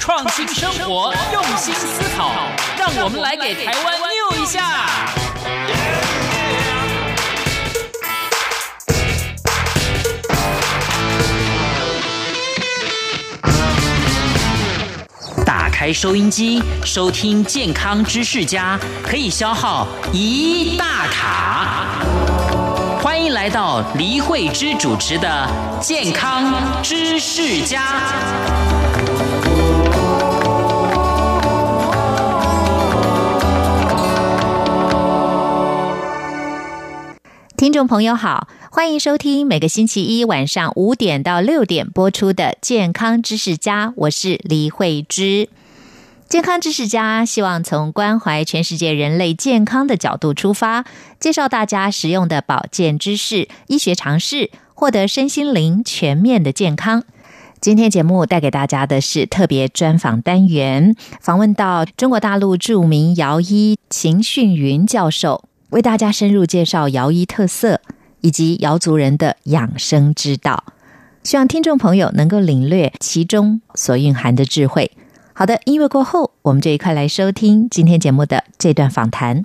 创新生活，用心思考，让我们来给台湾 new 一下。打开收音机，收听健康知识家，可以消耗一大卡。欢迎来到黎慧芝主持的《健康知识家》。听众朋友好，欢迎收听每个星期一晚上五点到六点播出的《健康知识家》，我是李慧芝。健康知识家希望从关怀全世界人类健康的角度出发，介绍大家实用的保健知识、医学常识，获得身心灵全面的健康。今天节目带给大家的是特别专访单元，访问到中国大陆著名姚医秦训云教授，为大家深入介绍姚医特色以及瑶族人的养生之道，希望听众朋友能够领略其中所蕴含的智慧。好的，音乐过后，我们就一块来收听今天节目的这段访谈。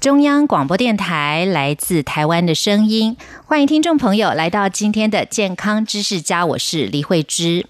中央广播电台来自台湾的声音，欢迎听众朋友来到今天的健康知识家，我是李慧芝。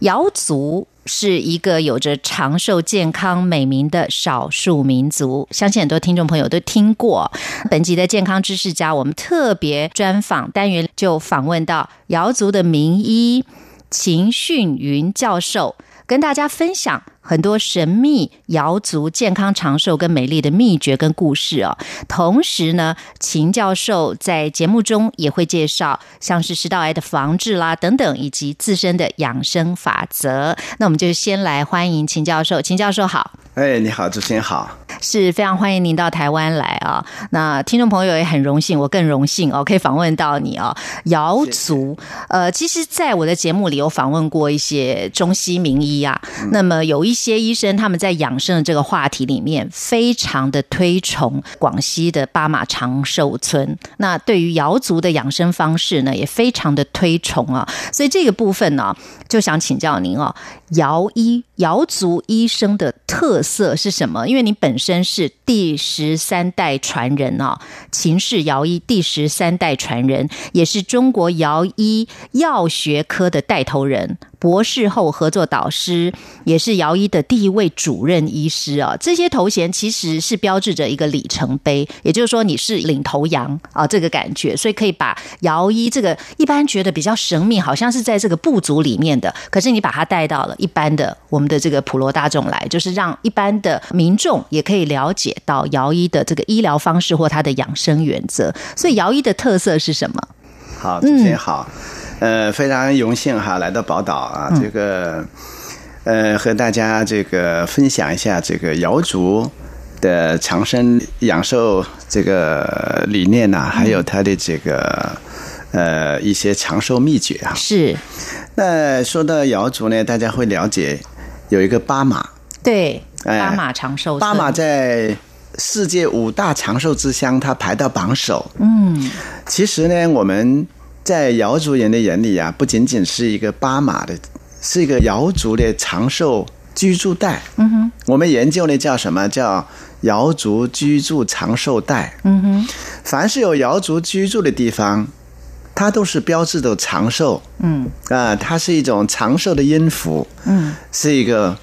瑶族是一个有着长寿、健康美名的少数民族，相信很多听众朋友都听过。本集的健康知识家，我们特别专访单元就访问到瑶族的名医秦训云教授，跟大家分享很多神秘瑶族健康长寿跟美丽的秘诀跟故事哦。同时呢，秦教授在节目中也会介绍像是食道癌的防治啦等等，以及自身的养生法则。那我们就先来欢迎秦教授，秦教授好。哎，你好，主持人好。是非常欢迎您到台湾来啊！那听众朋友也很荣幸，我更荣幸哦，可以访问到你哦。瑶族，呃，其实在我的节目里有访问过一些中西名医啊，那么有一些医生他们在养生的这个话题里面，非常的推崇广西的巴马长寿村。那对于瑶族的养生方式呢，也非常的推崇啊。所以这个部分呢、就想请教您哦，瑶医瑶族医生的特色是什么？因为您本身是第十三代传人哦，秦氏瑶医第十三代传人，也是中国瑶医药学科的带头人，博士后合作导师，也是瑶医的第一位主任医师啊、这些头衔其实是标志着一个里程碑，也就是说你是领头羊啊、这个感觉，所以可以把瑶医这个一般觉得比较神秘，好像是在这个部族里面的，可是你把它带到了一般的我们的这个普罗大众来，就是让一般的民众也可以了解到瑶医的这个医疗方式或它的养生原则。所以瑶医的特色是什么？好，主持人好，呃，非常荣幸哈来到宝岛啊，这个呃和大家这个分享一下这个瑶族的长生养寿这个理念呐、还有它的这个呃一些长寿秘诀啊。是那说到瑶族呢，大家会了解有一个巴马，对哎巴马长寿巴村马在世界五大长寿之乡，它排到榜首。嗯，其实呢，我们在瑶族人的眼里啊，不仅仅是一个巴马的，是一个瑶族的长寿居住带。嗯哼，我们研究呢叫什么？叫瑶族居住长寿带。嗯哼，凡是有瑶族居住的地方，它都是标志着长寿。嗯，啊、它是一种长寿的音符。嗯，是一个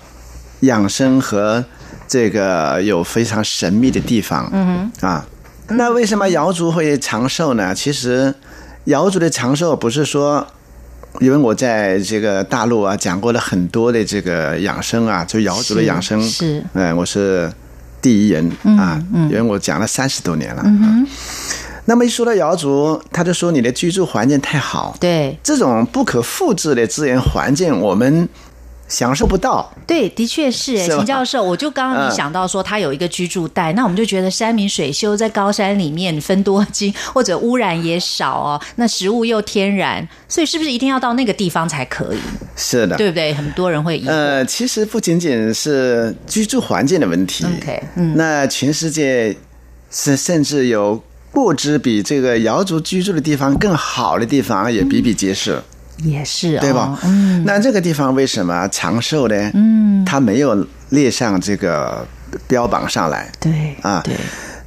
养生和这个有非常神秘的地方。嗯啊，那为什么瑶族会长寿呢？其实瑶族的长寿不是说。因为我在这个大陆啊讲过了很多的这个养生啊，就瑶族的是养生是嗯嗯，我是第一人啊，因为我讲了三十多年了。啊那么一说到瑶族，他就说你的居住环境太好，对这种不可复制的自然环境，我们享受不到。对，的确是哎，是吧秦教授，我就刚刚嗯你想到说，它有一个居住带，那我们就觉得山明水秀，在高山里面分多金， 或者污染也少哦，那食物又天然，所以是不是一定要到那个地方才可 以？是的，对不对？很多人会疑惑。呃，其实不仅仅是居住环境的问题 OK，嗯那全世界甚甚至有不知比这个瑶族居住的地方更好的地方也比比皆是。也嗯是、哦，对吧？嗯，那这个地方为什么长寿呢？嗯，它没有列上这个标榜上来。对啊对，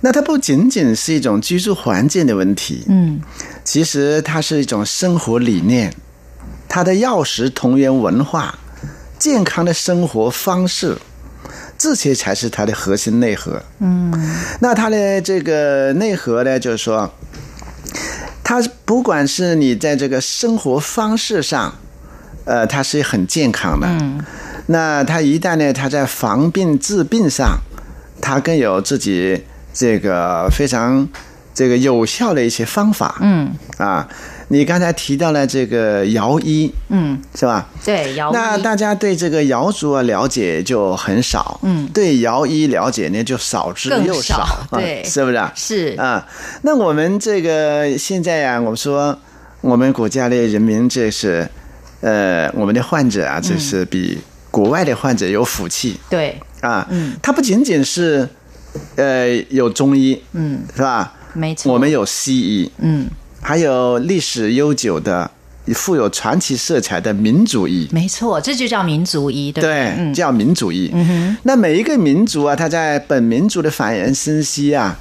那它不仅仅是一种居住环境的问题，嗯，其实它是一种生活理念，它的药食同源文化、健康的生活方式，这些才是它的核心内核。嗯，那它的这个内核呢，就是说，它不管是你在这个生活方式上，呃，它是很健康的。嗯，那它一旦呢，它在防病治病上，它更有自己这个非常这个有效的一些方法。嗯，啊，你刚才提到了这个姚医，嗯，是吧？对，姚那医大家对这个瑶族啊了解就很少，嗯，对瑶医了解呢就少之更又少啊对是不是啊？是啊，那我们这个现在呀、我们说我们国家的人民这是，呃，我们的患者啊，这是比国外的患者有福气，对，啊，嗯，它不仅仅是呃有中医，嗯，是吧？没错，我们有西医，嗯，还有历史悠久的、富有传奇色彩的民族医，没错，这就叫民族医，对不对，嗯，叫民族医。那每一个民族啊，它在本民族的繁衍生息啊，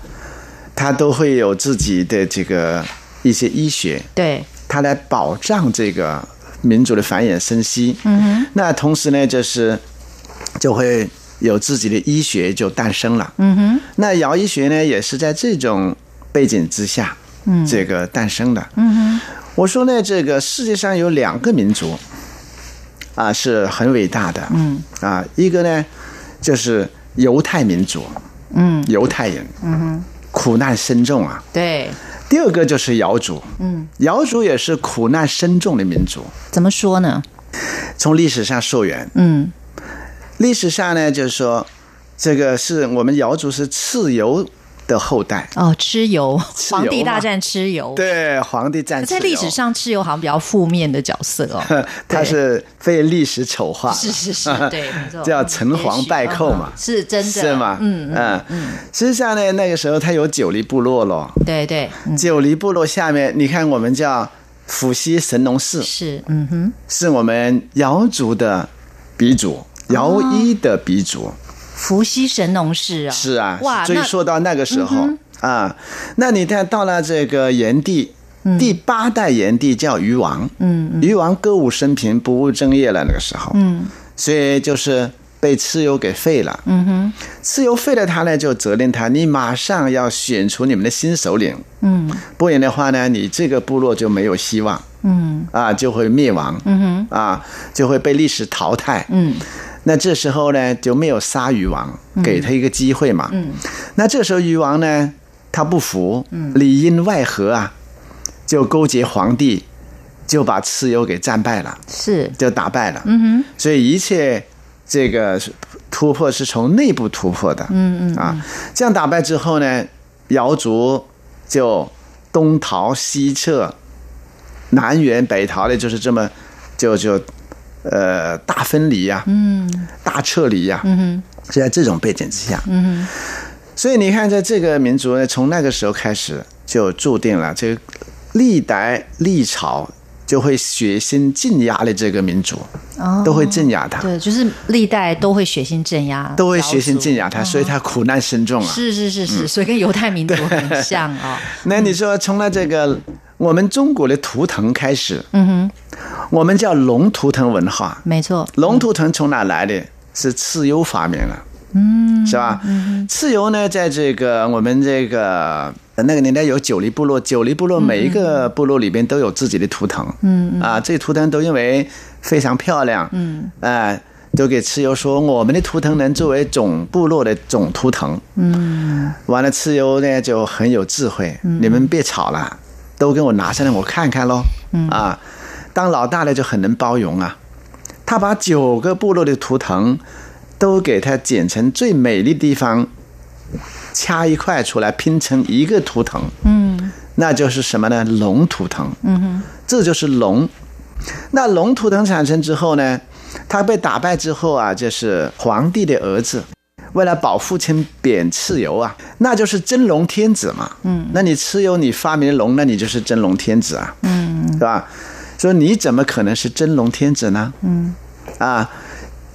它都会有自己的这个一些医学，对，它来保障这个民族的繁衍生息。嗯哼，那同时呢，就是就会有自己的医学就诞生了。嗯哼，那瑶医学呢，也是在这种背景之下，嗯，这个诞生的。嗯哼，我说呢，这个世界上有两个民族啊是很伟大的。嗯，啊，一个呢就是犹太民族，嗯，犹太人，嗯哼，苦难深重啊。对，第二个就是瑶族，嗯，瑶族也是苦难深重的民族，怎么说呢？从历史上溯源，嗯，历史上呢，就是说，这个是我们瑶族是蚩尤的后代，哦，蚩尤，蚩尤皇帝大嘛战蚩尤，，对，皇帝战在历史，上蚩尤好像比较负面的角色哦，他是被历史丑化了，是是是， 对，没错，叫城隍败寇嘛也许嗯是真的，是吗？嗯，嗯实际上呢，那个时候他有九黎部落咯，对对，嗯，九黎部落下面，你看我们叫伏羲神农氏，是，嗯哼，是我们瑶族的鼻祖，啊瑶医的鼻祖。伏羲神农氏啊，是啊，哇，追那溯到那个时候、啊，那你看到了这个炎帝，第八代炎帝叫禹王，嗯，禹王歌舞升平，不务正业了，那个时候，嗯，所以就是被蚩尤给废了，嗯哼，蚩尤废了他呢，就责令他，你马上要选出你们的新首领，嗯，不然的话呢，你这个部落就没有希望，嗯，啊，就会灭亡，嗯哼，啊，就会被历史淘汰，嗯。那这时候呢，就没有杀禹王，给他一个机会嘛。嗯，那这时候禹王呢，他不服，里应外合啊，就勾结皇帝，就把蚩尤给战败了，是，就打败了。嗯哼，所以一切这个突破是从内部突破的。嗯嗯啊，这样打败之后呢，瑶族就东逃西撤，南辕北逃的，就是这么就就呃大分离呀、嗯，大撤离呀、嗯哼，是在这种背景之下，嗯哼，所以你看，在这个民族呢，从那个时候开始就注定了这个历代历朝就会血腥镇压的这个民族，哦都会镇压他，对，就是历代都会血腥镇压，都会饶血腥族镇压他，所以他苦难深重啊。是是是是，所以跟犹太民族很像哦。那你说，从了这个我们中国的图腾开始，嗯哼，我们叫龙图腾文化，没错，龙图腾从哪来的？是蚩尤发明了，嗯，是吧？蚩尤呢，在这个我们这个呃那个年代有九黎部落，九黎部落每一个部落里边都有自己的图腾，嗯啊，这图腾都因为非常漂亮，嗯，哎、都给蚩尤说，我们的图腾能作为总部落的总图腾。嗯，完了，蚩尤呢就很有智慧，你们别吵了，都给我拿上来我看看喽。嗯啊，当老大的就很能包容啊，他把九个部落的图腾都给它剪成最美丽的地方，掐一块出来拼成一个图腾，嗯，那就是什么呢？龙图腾，嗯哼，这就是龙。那龙图腾产生之后呢，他被打败之后啊，就是皇帝的儿子，为了保父亲贬蚩尤啊，那就是真龙天子嘛。嗯，那你蚩尤你发明龙，那你就是真龙天子啊。嗯，是吧？说你怎么可能是真龙天子呢？嗯，啊，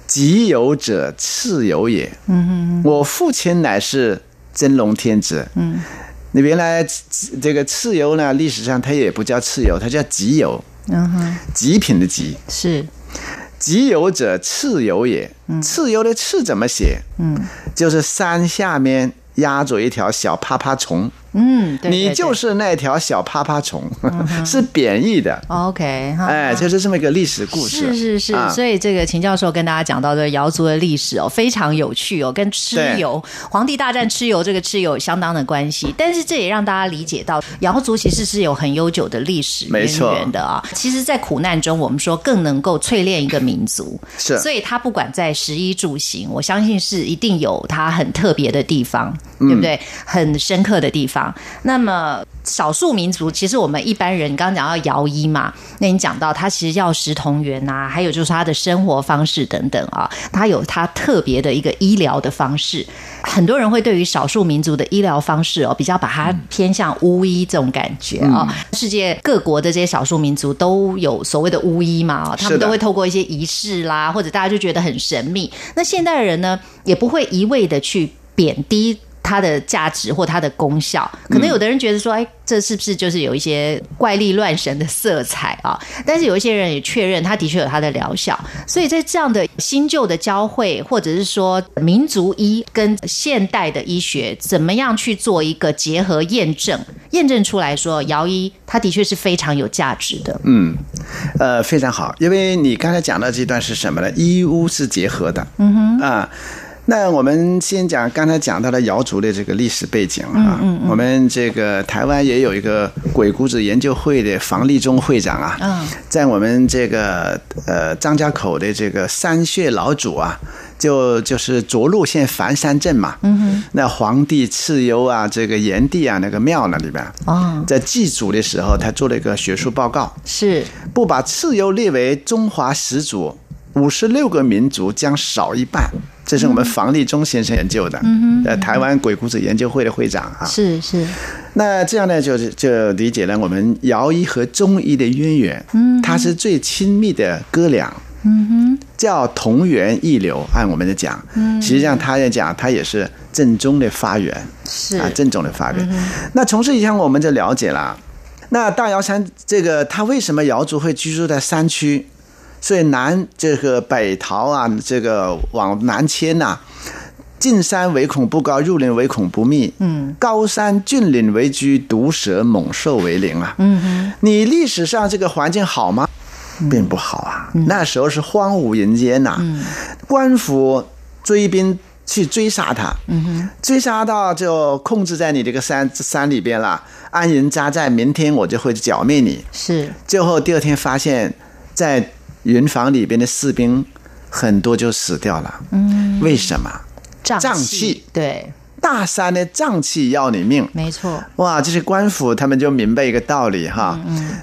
己有者蚩尤也。嗯哼，我父亲乃是真龙天子。嗯，你原来这个蚩尤呢，历史上他也不叫蚩尤，他叫己有。嗯哼，极品的极，是极有者蚩尤也。蚩尤的蚩怎么写？嗯，就是山下面压着一条小趴趴虫，嗯，对嗯你就。对对是那条小趴趴虫， 是贬义的。 OK，哈哎，就是这么一个历史故事。嗯是是是，啊所以这个秦教授跟大家讲到的瑶族的历史哦，非常有趣哦，跟蚩尤皇帝大战蚩尤这个蚩尤有相当的关系。但是这也让大家理解到，瑶族其实是有很悠久的历史没渊错源的啊。其实，在苦难中，我们说更能够淬炼一个民族，是所以他不管在食衣住行，我相信是一定有他很特别的地方，对不对？很深刻的地方。那么少数民族，其实我们一般人刚刚讲到瑶医嘛，那你讲到他其实药食同源啊，还有就是他的生活方式等等啊，他有他特别的一个医疗的方式。很多人会对于少数民族的医疗方式哦，比较把它偏向巫医这种感觉啊、世界各国的这些少数民族都有所谓的巫医嘛，哦他是们的都会透过一些仪式啦，或者大家就觉得很神秘。那现代人呢，也不会一味的去贬低。它的价值或它的功效，可嗯能有的人觉得说，哎，这是不是就是有一些怪力乱神的色彩啊？但是有一些人也确认，它的确有它的疗效。所以在这样的新旧的交汇，或者是说民族医跟现代的医学怎么样去做一个结合验证，验证出来说，姚医它的确是非常有价值的。嗯，呃，非常好，因为你刚才讲到这段是什么呢？医巫是结合的，嗯哼啊。那我们先讲刚才讲到的瑶族的这个历史背景啊，嗯嗯我们这个台湾也有一个鬼谷子研究会的房立忠会长啊，嗯在我们这个呃张家口的这个三穴老祖啊，就就是涿鹿县樊山镇嘛，嗯哼，那皇帝蚩尤啊，这个炎帝啊那个庙那里边，哦，在祭祖的时候，他做了一个学术报告，是不把蚩尤列为中华始祖，五十六个民族将少一半。这是我们房立忠先生研究的，呃，台湾鬼谷子研究会的会长啊。是是，那这样呢，就是就理解了我们尧医和中医的渊源。嗯，它是最亲密的哥俩。嗯哼，嗯叫同源异流，按我们的讲，实际上他也讲，他也是正宗的发源。是啊，正宗的发源。那从这一项我们就了解了，那大瑶山这个它为什么瑶族会居住在山区？所以南这个北逃啊，这个往南迁呐、进山唯恐不高，入林唯恐不密。嗯，高山峻岭为居，毒蛇猛兽为邻啊。嗯哼，你历史上这个环境好吗？并不好啊，那时候是荒无人烟呐、官府追兵去追杀他，追杀到就控制在你这个山山里边了，安营扎寨，明天我就会剿灭你。是，最后第二天发现，在云房里边的士兵很多就死掉了，嗯，为什么？胀胀气气，对，大山的瘴气要你命，没错，哇，这些官府他们就明白一个道理哈。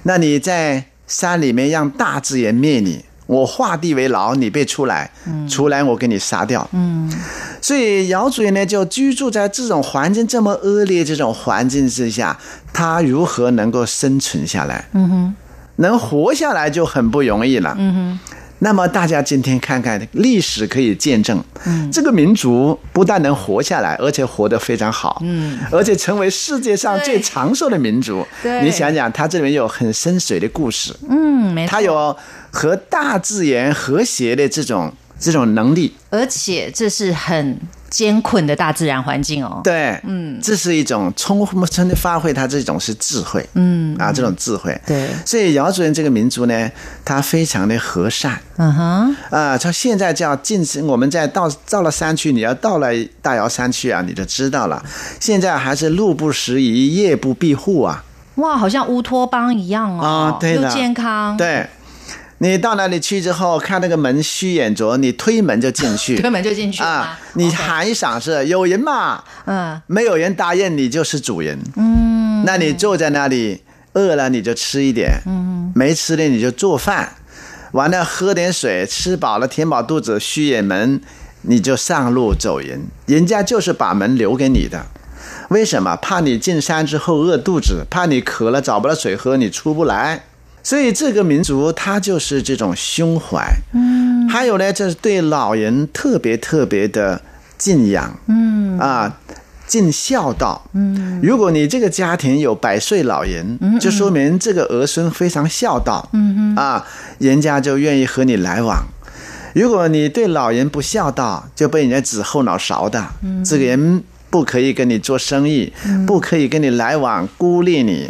那你在山里面让大自然灭你，我画地为牢，你别出来，出来我给你杀掉。嗯，所以瑶族人呢，就居住在这种环境这么恶劣这种环境之下，他如何能够生存下来？嗯哼，能活下来就很不容易了。嗯哼。那么大家今天看看历史可以见证，嗯，这个民族不但能活下来，而且活得非常好，嗯，而且成为世界上对最长寿的民族。对你想想，它这里面有很深邃的故事，嗯，没错它有和大自然和谐的这种这种能力，而且这是很艰困的大自然环境哦。对，嗯，这是一种充分的发挥，它这种是智慧，嗯啊，这种智慧，对所以瑶族人这个民族呢，他非常的和善，嗯哼，啊，他现在叫进山，我们在到到了山区，你要到了大瑶山区啊，你就知道了。现在还是路不拾遗，夜不闭户啊，哇，好像乌托邦一样哦，啊对的又健康，，对。你到那里去之后，看那个门虚掩着，你推门就进 去，推门就进去啊！你 OK 喊一嗓是有人嘛？嗯，没有人答应你就是主人。嗯，那你坐在那里，饿了你就吃一点，嗯，没吃的你就做饭，完了喝点水，吃饱了填饱肚子，虚掩门，你就上路走人。人家就是把门留给你的，为什么？怕你进山之后饿肚子，怕你渴了找不到水喝，你出不来。所以这个民族它就是这种胸怀，嗯，还有呢，就是对老人特别特别的敬仰，嗯啊，尽孝道，嗯，如果你这个家庭有百岁老人，就说明这个儿孙非常孝道，嗯啊，人家就愿意和你来往。如果你对老人不孝道，就被人家指后脑勺的，这个人不可以跟你做生意，不可以跟你来往，孤立你，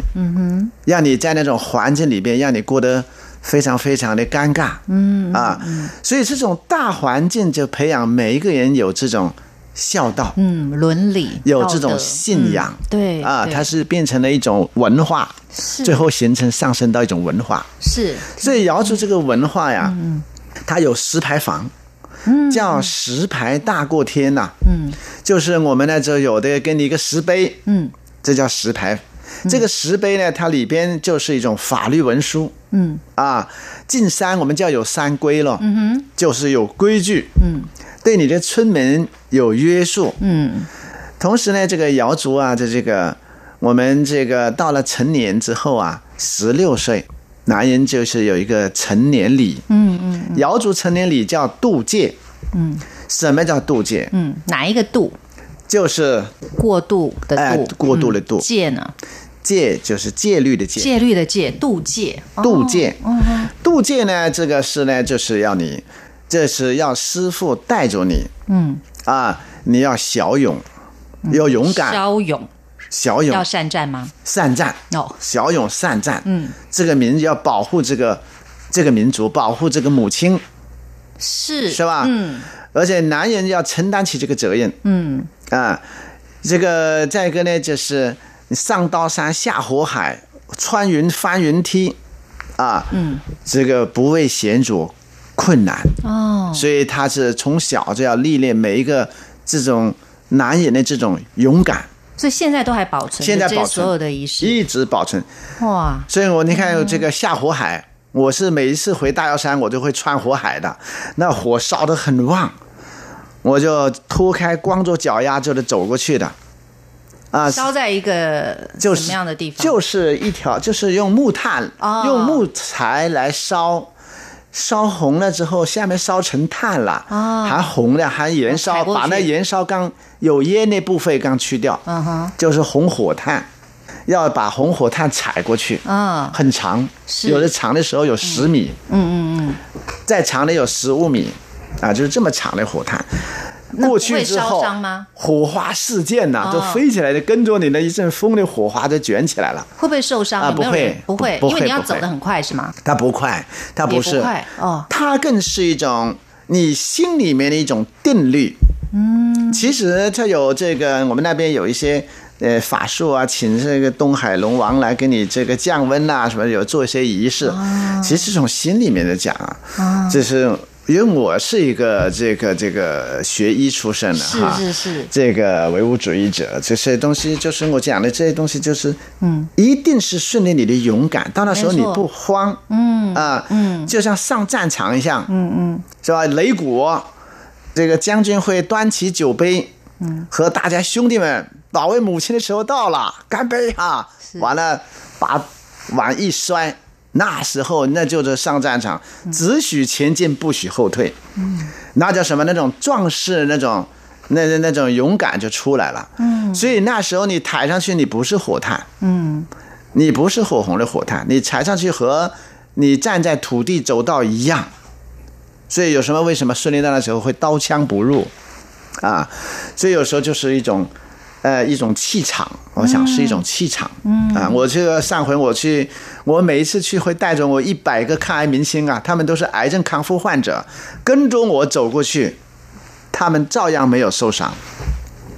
让你在那种环境里边，让你过得非常非常的尴尬，嗯啊，所以这种大环境就培养每一个人有这种孝道，嗯，伦理有这道种德信仰，嗯对啊，对嗯它是变成了一种文化，是最后形成上升到一种文化。是所以瑶族这个文化呀，嗯它有石牌坊，叫石牌大过天呐、嗯，就是我们呢就有的给你一个石碑，嗯，这叫石牌。这个石碑呢，它里边就是一种法律文书，嗯啊，进山我们叫有山规了，嗯哼，就是有规矩，嗯，对你的村民有约束，嗯同时呢，这个瑶族啊，这这个我们这个到了成年之后啊，十六岁，男人就是有一个成年礼。嗯嗯，瑶族成年礼叫渡戒。嗯，什么叫渡戒？嗯，哪一个度？就是过度的哎度，过度的度嗯戒呢？戒，就是戒律的戒。戒律的戒，度戒。哦渡戒，渡戒呢，这个是呢，就是要你，这是要师傅带着你。嗯啊，你要骁勇，要勇敢，骁勇骁勇要善战吗？善战。哦，骁勇善战，嗯，这个民要保护这个这个民族，保护这个母亲，是是吧？嗯，而且男人要承担起这个责任，嗯啊，这个再一个呢，就是你上刀山下火海，穿云翻云梯，啊，嗯，这个不畏险阻困难，哦，所以他是从小就要历练每一个这种男人的这种勇敢，所以现在都还保存着现在这些保存所有的仪式一直保存。哇，所以我你看有这个下火海，我是每一次回大瑶山，我都会穿火海的，那火烧得很旺，我就脱开光着脚丫就得走过去的，啊，烧在一个就什是么样的地方？就是一条，就是用木炭，哦用木材来烧。烧红了之后，下面烧成炭了，哦还红了，还燃踩烧，过去把那燃烧缸有烟那部分刚去掉，嗯哼，就是红火炭，要把红火炭踩过去，嗯很长，是有的长的时候有十米，嗯嗯嗯，再长的有十五米，啊，就是这么长的火炭。过去之会烧后伤吗，火花四溅哦呐、都飞起来的，跟着你那一阵风的火花就卷起来了。会不会受伤？啊有没有不会人不会，不因为不会你要不会走得很快是吗？它不快，它也不是，快哦，它更是一种你心里面的一种定律。嗯，其实它有这个，我们那边有一些呃法术啊，请这个东海龙王来给你这个降温呐、什么有做一些仪式。啊其实是从心里面的讲啊，就是因为我是一个这个这个学医出身的是哈。是是，这个唯物主义者，这些东西就是我讲的这些东西，就是嗯，一定是训练你的勇敢。到那时候没你错不慌，嗯啊，嗯，就像上战场一样，嗯嗯，是吧？擂鼓，这个将军会端起酒杯，嗯，和大家兄弟们保卫母亲的时候到了，干杯啊！完了，把碗一摔。那时候，那就是上战场，只许前进，不许后退。那叫什么？那种壮士那种。那那那种勇敢就出来了，嗯，所以那时候你抬上去，你不是火炭，嗯，你不是火红的火炭，你抬上去和你站在土地走道一样，所以有什么为什么孙立丹的时候会刀枪不入啊？所以有时候就是一种呃一种气场，我想是一种气场。嗯啊，我这个上回我去，我每一次去会带着我一百个抗癌明星啊，他们都是癌症康复患者，跟着我走过去，他们照样没有受伤。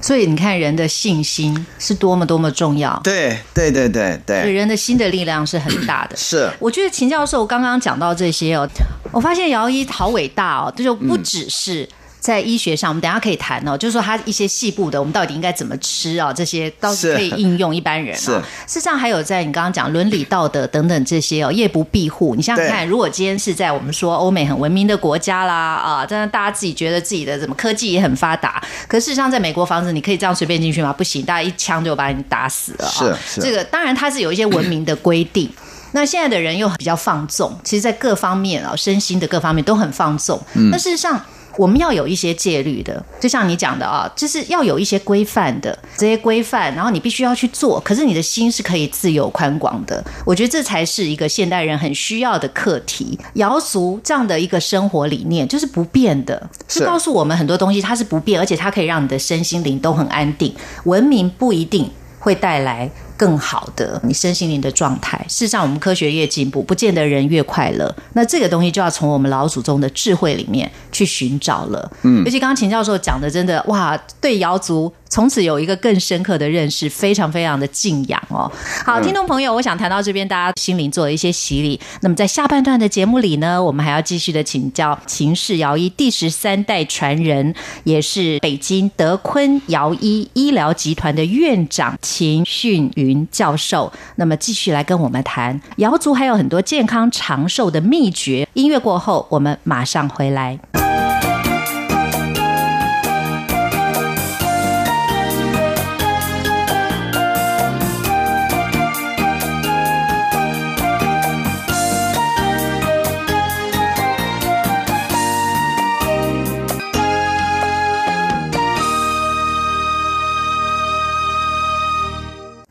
所以你看，人的信心是多么多么重要。对对对对所以对，人的心的力量是很大 的。是我觉得秦教授刚刚讲到这些哦，我发现姚一好伟大哦，这就不只是。在医学上，我们等一下可以谈哦，就是说他一些细部的，我们到底应该怎么吃啊、这些倒是是可以应用一般人、啊。是事实上还有在你刚刚讲伦理道德等等这些哦，夜不闭户。你想想看，对如果今天是在我们说欧美很文明的国家啦，啊，真的大家自己觉得自己的怎么科技也很发达，可事实上在美国房子你可以这样随便进去吗？不行，大家一枪就把你打死了、啊。是是这个当然它是有一些文明的规定。那现在的人又比较放纵，其实，在各方面啊，身心的各方面都很放纵。那事实上，我们要有一些戒律的，就像你讲的啊，就是要有一些规范的，这些规范，然后你必须要去做。可是你的心是可以自由宽广的，我觉得这才是一个现代人很需要的课题。瑶族这样的一个生活理念就是不变的，就是告诉我们很多东西它是不变，而且它可以让你的身心灵都很安定。文明不一定会带来更好的你身心灵的状态。事实上，我们科学越进步，不见得人越快乐。那这个东西就要从我们老祖宗的智慧里面去寻找了。嗯，尤其刚刚秦教授讲的，真的哇，对瑶族从此有一个更深刻的认识，非常非常的敬仰哦。好，听众朋友，我想谈到这边，大家心灵做了一些洗礼。那么在下半段的节目里呢，我们还要继续的请教秦氏瑶医第十三代传人，也是北京德坤瑶医医疗集团的院长秦训云教授。那么继续来跟我们谈瑶族还有很多健康长寿的秘诀。音乐过后，我们马上回来。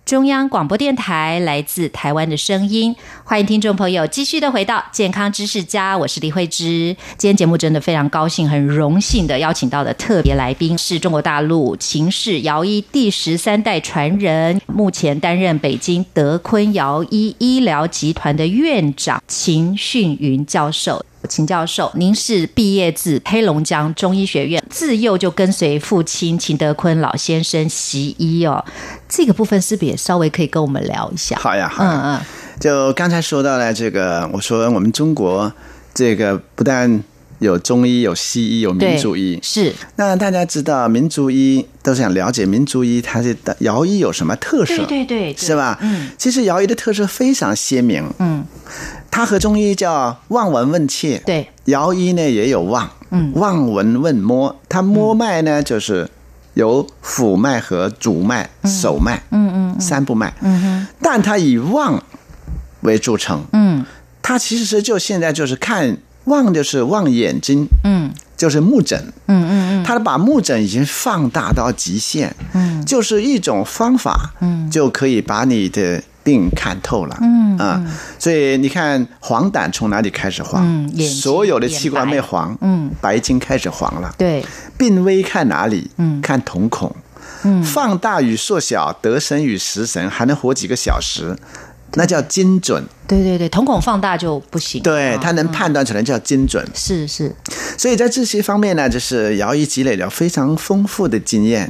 中央广播电台来自台湾的声音，欢迎听众朋友继续的回到健康知识家，我是李慧芝。今天节目真的非常高兴，很荣幸的邀请到的特别来宾是中国大陆秦氏瑶医第十三代传人，目前担任北京德坤瑶医医疗集团的院长秦训云教授。秦教授，您是毕业自黑龙江中医学院，自幼就跟随父亲秦德坤老先生习医哦。这个部分是不是也稍微可以跟我们聊一下？好呀好呀。嗯嗯，就刚才说到了这个，我说我们中国这个不但有中医、有西医、有对，民族医，是那大家知道民族医都想了解民族医它是瑶医有什么特色，对对对，对是？吧？嗯，其实瑶医的特色非常鲜明，嗯，它和中医叫望闻问切，对，姚医呢也有望，嗯望闻问摸，它摸脉呢就是有腹脉和主脉、手脉，嗯嗯，三部脉，嗯哼，但它以望为著称，嗯它其实就现在就是看望就是望眼睛，嗯就是目诊，嗯嗯它把目诊已经放大到极限，嗯，就是一种方法，嗯，就可以把你的病看透了，嗯啊，所以你看黄疸从哪里开始黄？嗯眼睛所有的器官眼没白黄，嗯，白睛开始黄了。对，病危看哪里？嗯，看瞳孔。嗯，放大与缩小，得神与失神，还能活几个小时，那叫精准。对对对，瞳孔放大就不行。对，啊它能判断出来叫精准。是是，所以在这些方面呢，就是姚医积累了非常丰富的经验，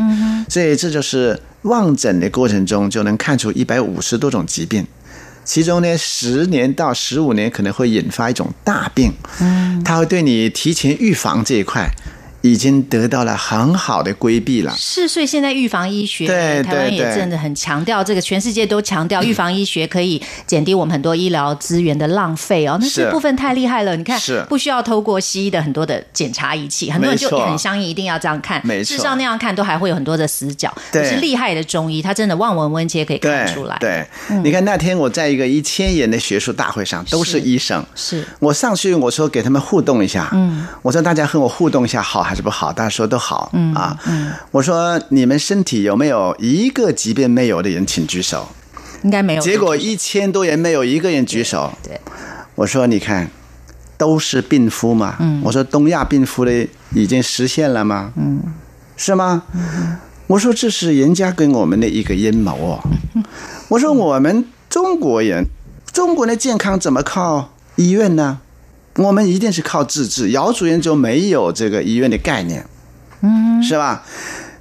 所以这就是望诊的过程中就能看出一百五十多种疾病，其中呢，十年到十五年可能会引发一种大病，嗯，它会对你提前预防这一块已经得到了很好的规避了。是，所以现在预防医学，对台湾对也对真的很强调这个，全世界都强调预防医学可以减低我们很多医疗资源的浪费哦。那是这部分太厉害了，你看是，不需要透过西医的很多的检查仪器，很多人就没错很相信一定要这样看，没事错实上那样看都还会有很多的死角。可对是厉害的中医，他真的望闻问切可以看对出来，对，你看那天我在一个一千人的学术大会上，都是是医生，是我上去我说给他们互动一下，嗯，我说大家和我互动一下好还是不好？大家说都好，嗯啊，嗯，我说你们身体有没有一个疾病没有的人请举手？应该没有。结果一千多人没有一个人举手，对，我说你看，都是病夫嘛，嗯，我说东亚病夫的已经实现了吗？嗯，是吗？嗯我说这是人家跟我们的一个阴谋哦。嗯我说我们中国人，中国人的健康怎么靠医院呢？我们一定是靠自治，姚主任就没有这个医院的概念，嗯，是吧？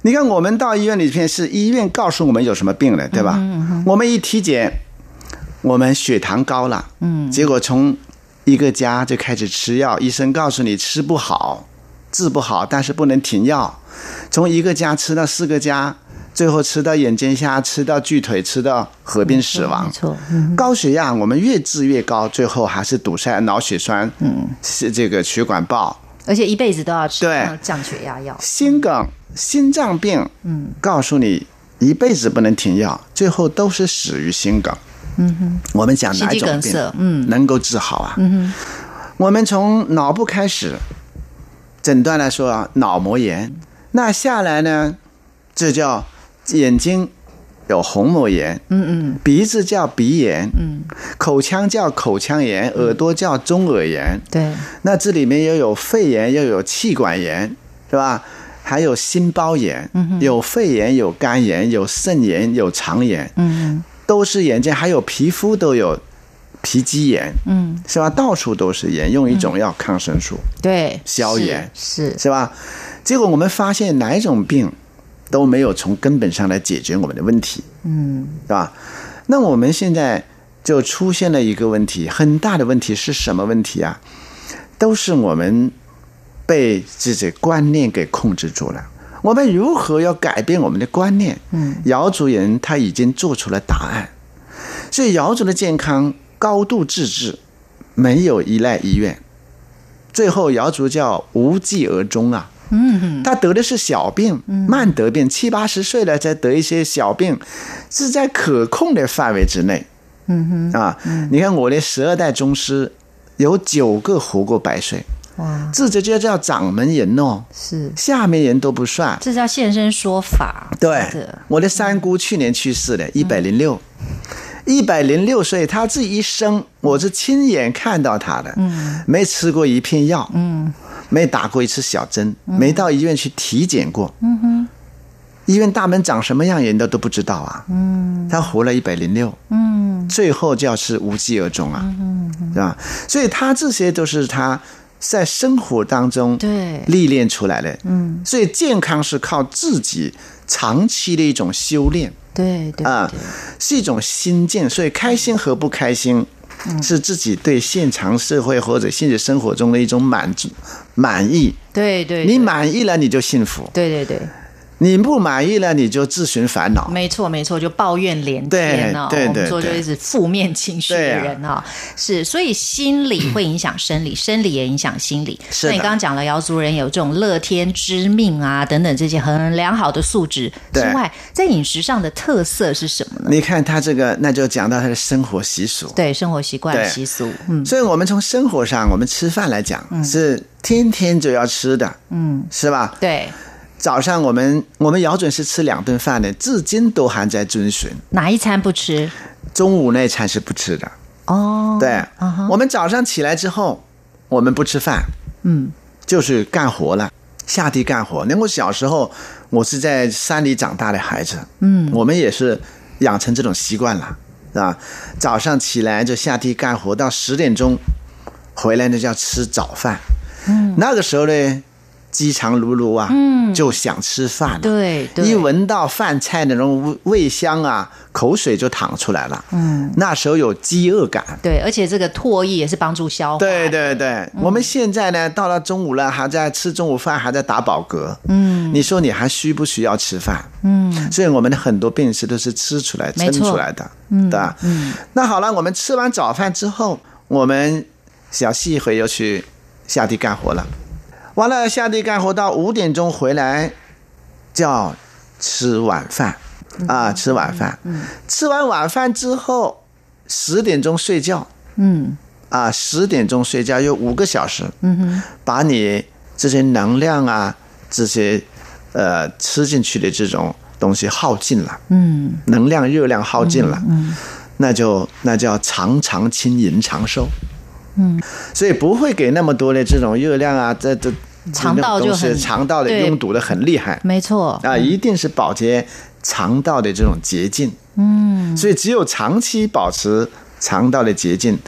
你看，我们到医院里面是医院告诉我们有什么病了，对吧？我们一体检，我们血糖高了，嗯，结果从一个家就开始吃药，医生告诉你吃不好，治不好，但是不能停药，从一个家吃到四个家，最后吃到眼睛瞎，吃到锯腿，吃到合并死亡。没错，高血压我们越治越高，最后还是堵塞脑血栓，嗯，是这个血管爆。而且一辈子都要吃对那种降血压药。心梗、心脏病，嗯，告诉你一辈子不能停药，最后都是死于心梗。嗯哼，我们讲心哪肌种梗病塞，嗯，能够治好啊？嗯哼，我们从脑部开始诊断来说啊，脑膜炎，那下来呢，这叫眼睛有虹膜炎，嗯嗯，鼻子叫鼻炎，嗯，口腔叫口腔炎，耳朵叫中耳炎，对，那这里面又有肺炎，又有气管炎，是吧？还有心包炎，嗯有肺炎，有肝炎，有肾炎，有肠炎，嗯都是炎症。还有皮肤都有皮肌炎，嗯，是吧？到处都是炎，用一种药抗生素，对，消炎是是是吧？结果我们发现哪一种病都没有从根本上来解决我们的问题，嗯，是吧？那我们现在就出现了一个问题，很大的问题是什么问题啊？都是我们被自己观念给控制住了。我们如何要改变我们的观念？嗯，瑶族人他已经做出了答案，所以瑶族的健康高度自治，没有依赖医院。最后瑶族叫无疾而终啊。嗯，他得的是小病，慢得病，七八十岁了才得一些小病，是在可控的范围之内。嗯哼，啊，你看我的十二代宗师，有九个活过百岁，哇，这就叫叫掌门人哦，是，下面人都不算。这叫现身说法。对嗯的，，我的三姑去年去世的，一百零六，一百零六岁，她这一生我是亲眼看到她的，嗯，没吃过一片药，嗯，没打过一次小针，没到医院去体检过，嗯哼，医院大门长什么样，人家都不知道啊，嗯，她活了一百零六，嗯，最后就是无疾而终啊，嗯，是吧？所以她这些都是她在生活当中对历练出来的。嗯，所以健康是靠自己长期的一种修炼对对啊、对，是一种心境。所以开心和不开心，嗯是自己对现场社会或者现实生活中的一种满足、满意。对对，你对，满意了，你就幸福；对对对，你不满意了，你就自寻烦恼。没错，没错，就抱怨连天哦。对对我们对说就对一直负面情绪的对啊人哦，是，所以心理会影响生 理，生理也影响心理。是的那你刚刚讲了瑶族人有这种乐天知命啊等等这些很良好的素质之对外，在饮食上的特色是什么呢？你看他这个，那就讲到他的生活习俗。对，生活习惯对习俗，嗯，所以我们从生活上，我们吃饭来讲，是天天就要吃的，嗯，是吧？对，早上我们我们姚准是吃两顿饭的，至今都还在遵循。哪一餐不吃？中午那餐是不吃的，哦，对、我们早上起来之后，我们不吃饭，嗯，就是干活了，下地干活。那我小时候我是在山里长大的孩子，嗯，我们也是养成这种习惯了，啊，早上起来就下地干活，到十点钟回来呢就要吃早饭，嗯，那个时候呢，饥肠辘辘啊，嗯，就想吃饭了，对对，一闻到饭菜那种味香啊，口水就淌出来了。嗯，那时候有饥饿感。对，而且这个唾液也是帮助消化。对对对，我们现在呢，到了中午了，还在吃中午饭，还在打饱嗝。嗯，你说你还需不需要吃饭？嗯，所以我们的很多病是都是吃出来、没撑错出来的，对吧？嗯，那好了，我们吃完早饭之后，我们小细一会又去下地干活了。完了，下地干活到五点钟回来，叫吃晚饭啊，吃晚饭。吃完晚饭之后，十点钟睡觉。嗯，啊，十点钟睡觉有五个小时。嗯哼，把你这些能量啊，这些呃吃进去的这种东西耗尽了。嗯，能量、热量耗尽了。嗯，那就那叫常常轻盈长寿。所以不会给那么多的这种热量啊，这这肠道就这种东很西肠道的对拥堵的很厉害没错，嗯啊，一定是保洁肠道的这种洁净。嗯，所以只有长期保持肠道的洁净，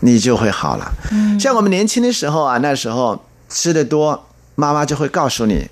你就会好了。嗯，像我们年轻的时候啊，那时候吃的多，妈妈就会告诉你，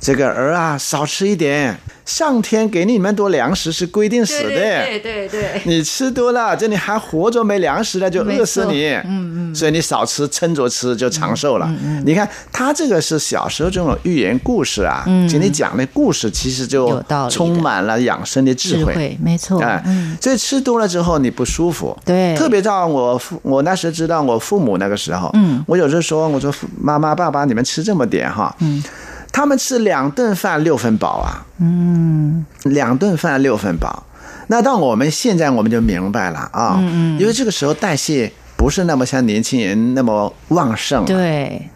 这个儿啊少吃一点，上天给你们多粮食是规定死的，对对对，你吃多了，这你还活着没粮食了，就饿死你。嗯嗯。所以你少吃，撑着吃就长寿了。你看他这个是小时候这种寓言故事啊，给你讲的故事其实有就道理的充满了养生的智智慧。慧没错，哎、嗯，所以吃多了之后你不舒服，对特别到我父，我那时知道我父母那个时候，嗯，我有时候说，我说父妈妈爸爸你们吃这么点哈，嗯，他们吃两顿饭六分饱啊，嗯，两顿饭六分饱，那到我们现在我们就明白了啊，嗯嗯，因为这个时候代谢不是那么像年轻人那么旺盛，，啊对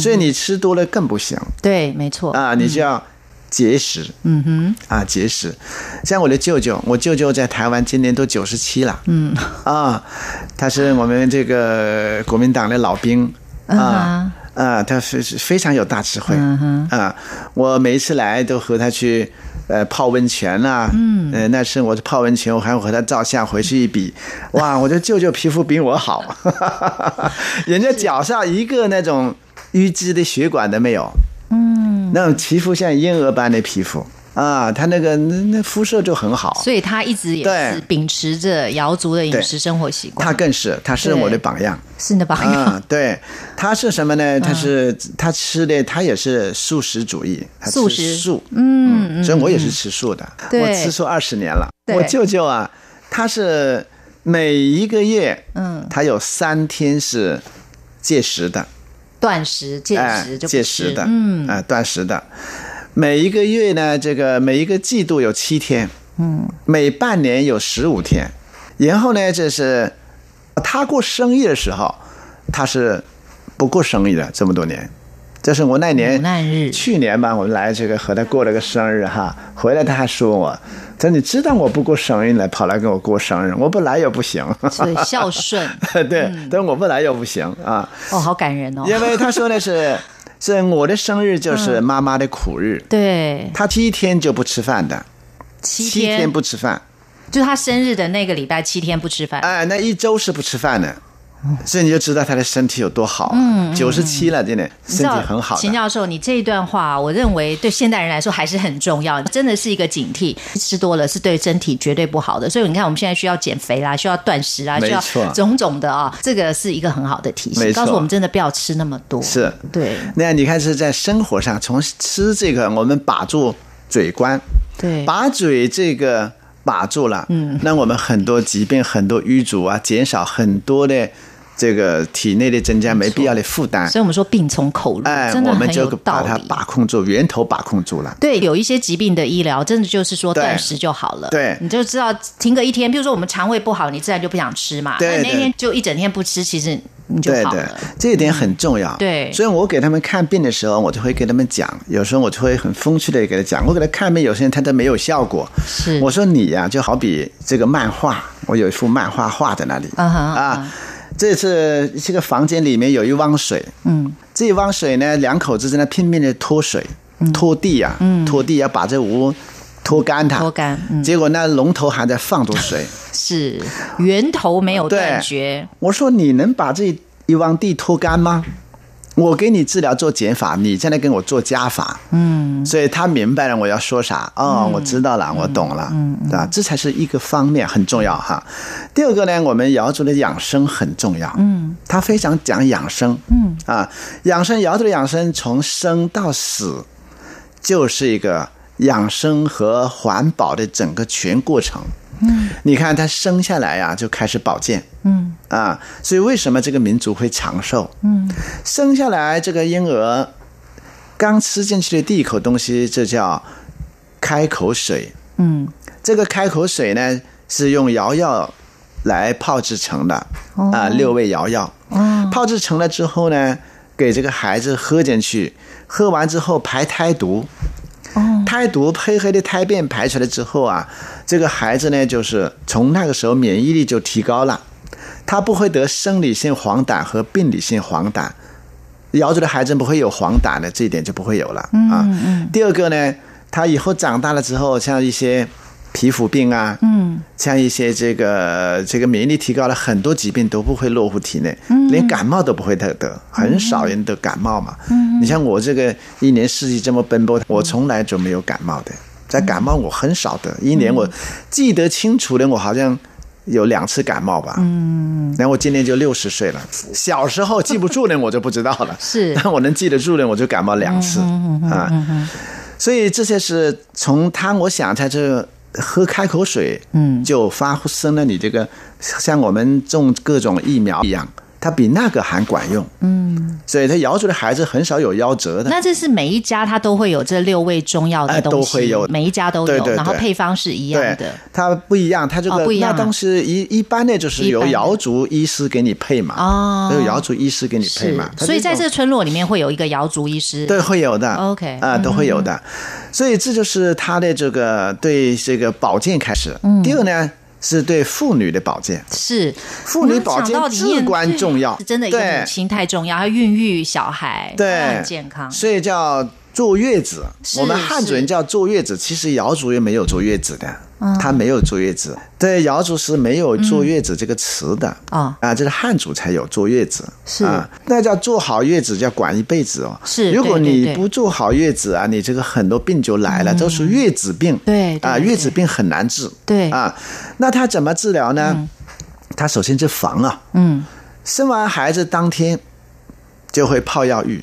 所以你吃多了更不行对，没错，啊，你就要节食，嗯哼，啊，节食。像我的舅舅，我舅舅在台湾今年都九十七了，嗯啊，他是我们这个国民党的老兵嗯啊。啊，啊，他非非常有大智慧，嗯哼啊，我每一次来都和他去，呃，泡温泉啦、嗯，呃，那次我泡温泉，我还和他照相，回去一比，哇，我这舅舅皮肤比我好， 人家脚上一个那种淤积的血管都没有，嗯，那种皮肤像婴儿般的皮肤啊，他那个那那肤色就很好，所以他一直也对是秉持着瑶族的饮食生活习他惯，更是，他是我的榜样。是你的 榜样，啊， 对，他是什么呢？嗯他是他吃的，他也是素食主义，他吃素食嗯素，嗯，所以我也是吃素的，对我吃素二十年了。对我舅舅啊，他是每一个月，嗯，他有三天是戒食的，断食、戒哎食就不戒吃食的，嗯，嗯，啊，断食的。每一个月呢，这个每一个季度有七天，嗯，每半年有十五天，然后呢，这是他过生日的时候，他是不过生日的，这么多年。这是我那年苦难 日去年吧，我们来这个和他过了个生日哈，回来他还说我，他说你知道我不过生日，你来跑来跟我过生日，我不来也不行， 所以孝顺，对，但是我不来也不行啊。哦，好感人哦， 因为他说的是，是我的生日就是妈妈的苦嗯日，对，他第一天就不吃饭的，七七天天不吃饭，就他生日的那个礼拜七天不吃饭，哎，那一周是不吃饭的，所以你就知道他的身体有多好，啊九十七了，真的嗯你知身体道很好秦的。教授，你这一段话，我认为对现代人来说还是很重要，真的是一个警惕。吃多了是对身体绝对不好的，所以你看，我们现在需要减肥啦，需要断食啦，没需要错种种的啊、这个是一个很好的提醒，没错告诉我们真的不要吃那么多。是对那你看是在生活上，从吃这个，我们把住嘴关，对，把嘴这个把住了，嗯，那我们很多疾病、很多淤阻啊，减少很多的这个体内的增加没必要的负担所以。我们说病从口入，哎，真的我们很就有把道它理。把控住，源头把控住了。对，有一些疾病的医疗，真的就是说对断食就好了。对你就知道停个一天，比如说我们肠胃不好，你自然就不想吃嘛。那对你那对天就一整天不吃，其实你就对好对了。，嗯这一点很重要。对所以我给他们看病的时候，我就会给他们讲，有时候我就会很风趣的给他讲。我给他看病，有些人他都没有效果。是我说你呀、就好比这个漫画，我有一幅漫画画在那里啊哈啊。这次这个房间里面有一汪水，嗯，这一汪水呢，两口子在那拼命的拖水、嗯拖地啊，拖地要把这屋拖干它，脱干，嗯。结果那龙头还在放 着水。是源头没有对断 绝，我说你能把这一汪地拖干吗？我给你治疗做减法，你在那跟我做加法。嗯，所以他明白了我要说啥。哦，我知道了，我懂了，嗯，对吧？这才是一个方面很重要哈。第二个呢，我们瑶族的养生很重要。嗯，他非常讲养生。嗯啊，养生瑶族的养生从生到死，就是一个养生和环保的整个全过程。嗯，你看他生下来呀、就开始保健。嗯啊，所以为什么这个民族会长寿？嗯，生下来这个婴儿刚吃进去的第一口东西，这叫开口水。嗯，这个开口水呢是用瑶药来泡制成的，啊，六味瑶药。泡制成了之后呢，给这个孩子喝进去，喝完之后排胎毒。胎毒黑黑的胎便排出来之后啊，这个孩子呢，就是从那个时候免疫力就提高了，他不会得生理性黄疸和病理性黄疸。瑶族的孩子不会有黄疸的，嗯这一点就不会有了啊。第二个呢，他以后长大了之后，像一些皮肤病啊，嗯，像一些这个这个免疫力提高了很多疾病都不会落户体内，嗯，连感冒都不会得得，很少人得感冒嘛，嗯，你像我这个一年四季这么奔波，我从来就没有感冒的，在感冒我很少得，一年我记得清楚的，我好像。有两次感冒吧，嗯，然后我今年就六十岁了。小时候记不住呢，我就不知道了。是嗯但我能记得住呢，我就感冒两次啊。所以这些是从他，我想在这喝开口水，嗯，就发生了你这个像我们种各种疫苗一样，它比那个还管用，嗯。所以他瑶族的孩子很少有夭折的。那这是每一家它都会有这六味中药的哎东西，都会有每一家都有，对对对然后配方是一样对的。，它不一样，它这哦个不一样啊那当时一一般呢，就是一由般的瑶族医师给你配嘛，哦由瑶族医师给你配是嘛，，它所以在种这村落里面会有一个瑶族医师，对，会有的。 OK，嗯啊、都会有的。所以这就是他的这个对这个保健开始。嗯第二呢，是对妇女的保健，是妇女保健至关重 要是真的一个对母亲太重要，还孕育小孩，对，很健康。所以叫坐月子。是嗯我们汉族人叫坐月子，其实瑶族也没有坐月子的，他没有坐月子。对，瑶族是没有坐月子这个词的。哦，啊，这是汉族才有坐月子，是啊，那叫坐好月子，叫管一辈子哦。是如果对对你对不坐好月子啊，你这个很多病就来了，都是月子病。对对啊，对月子病很难治。对啊，那他怎么治疗呢？他首先是防啊，嗯，生完孩子当天就会泡药浴，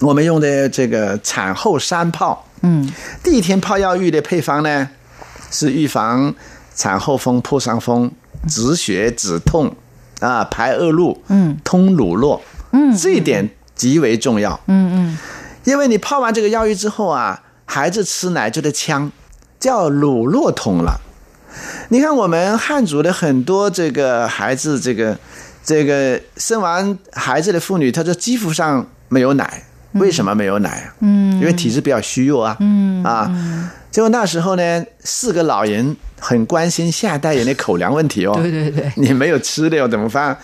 我们用的这个产后三泡。嗯，第一天泡药浴的配方呢，是预防产后风、破伤风、止血、止痛啊，排恶露，嗯，通乳络，嗯，这一点极为重要，嗯嗯，因为你泡完这个药浴之后啊，孩子吃奶就得呛，叫乳络通了。你看我们汉族的很多这个孩子，这个这个生完孩子的妇女，她说肌肤上没有奶，为什么没有奶啊？嗯，因为体质比较虚弱啊。嗯啊，结果那时候呢，四个老人很关心下一代人的口粮问题哦。对对对，你没有吃的哟，怎么办？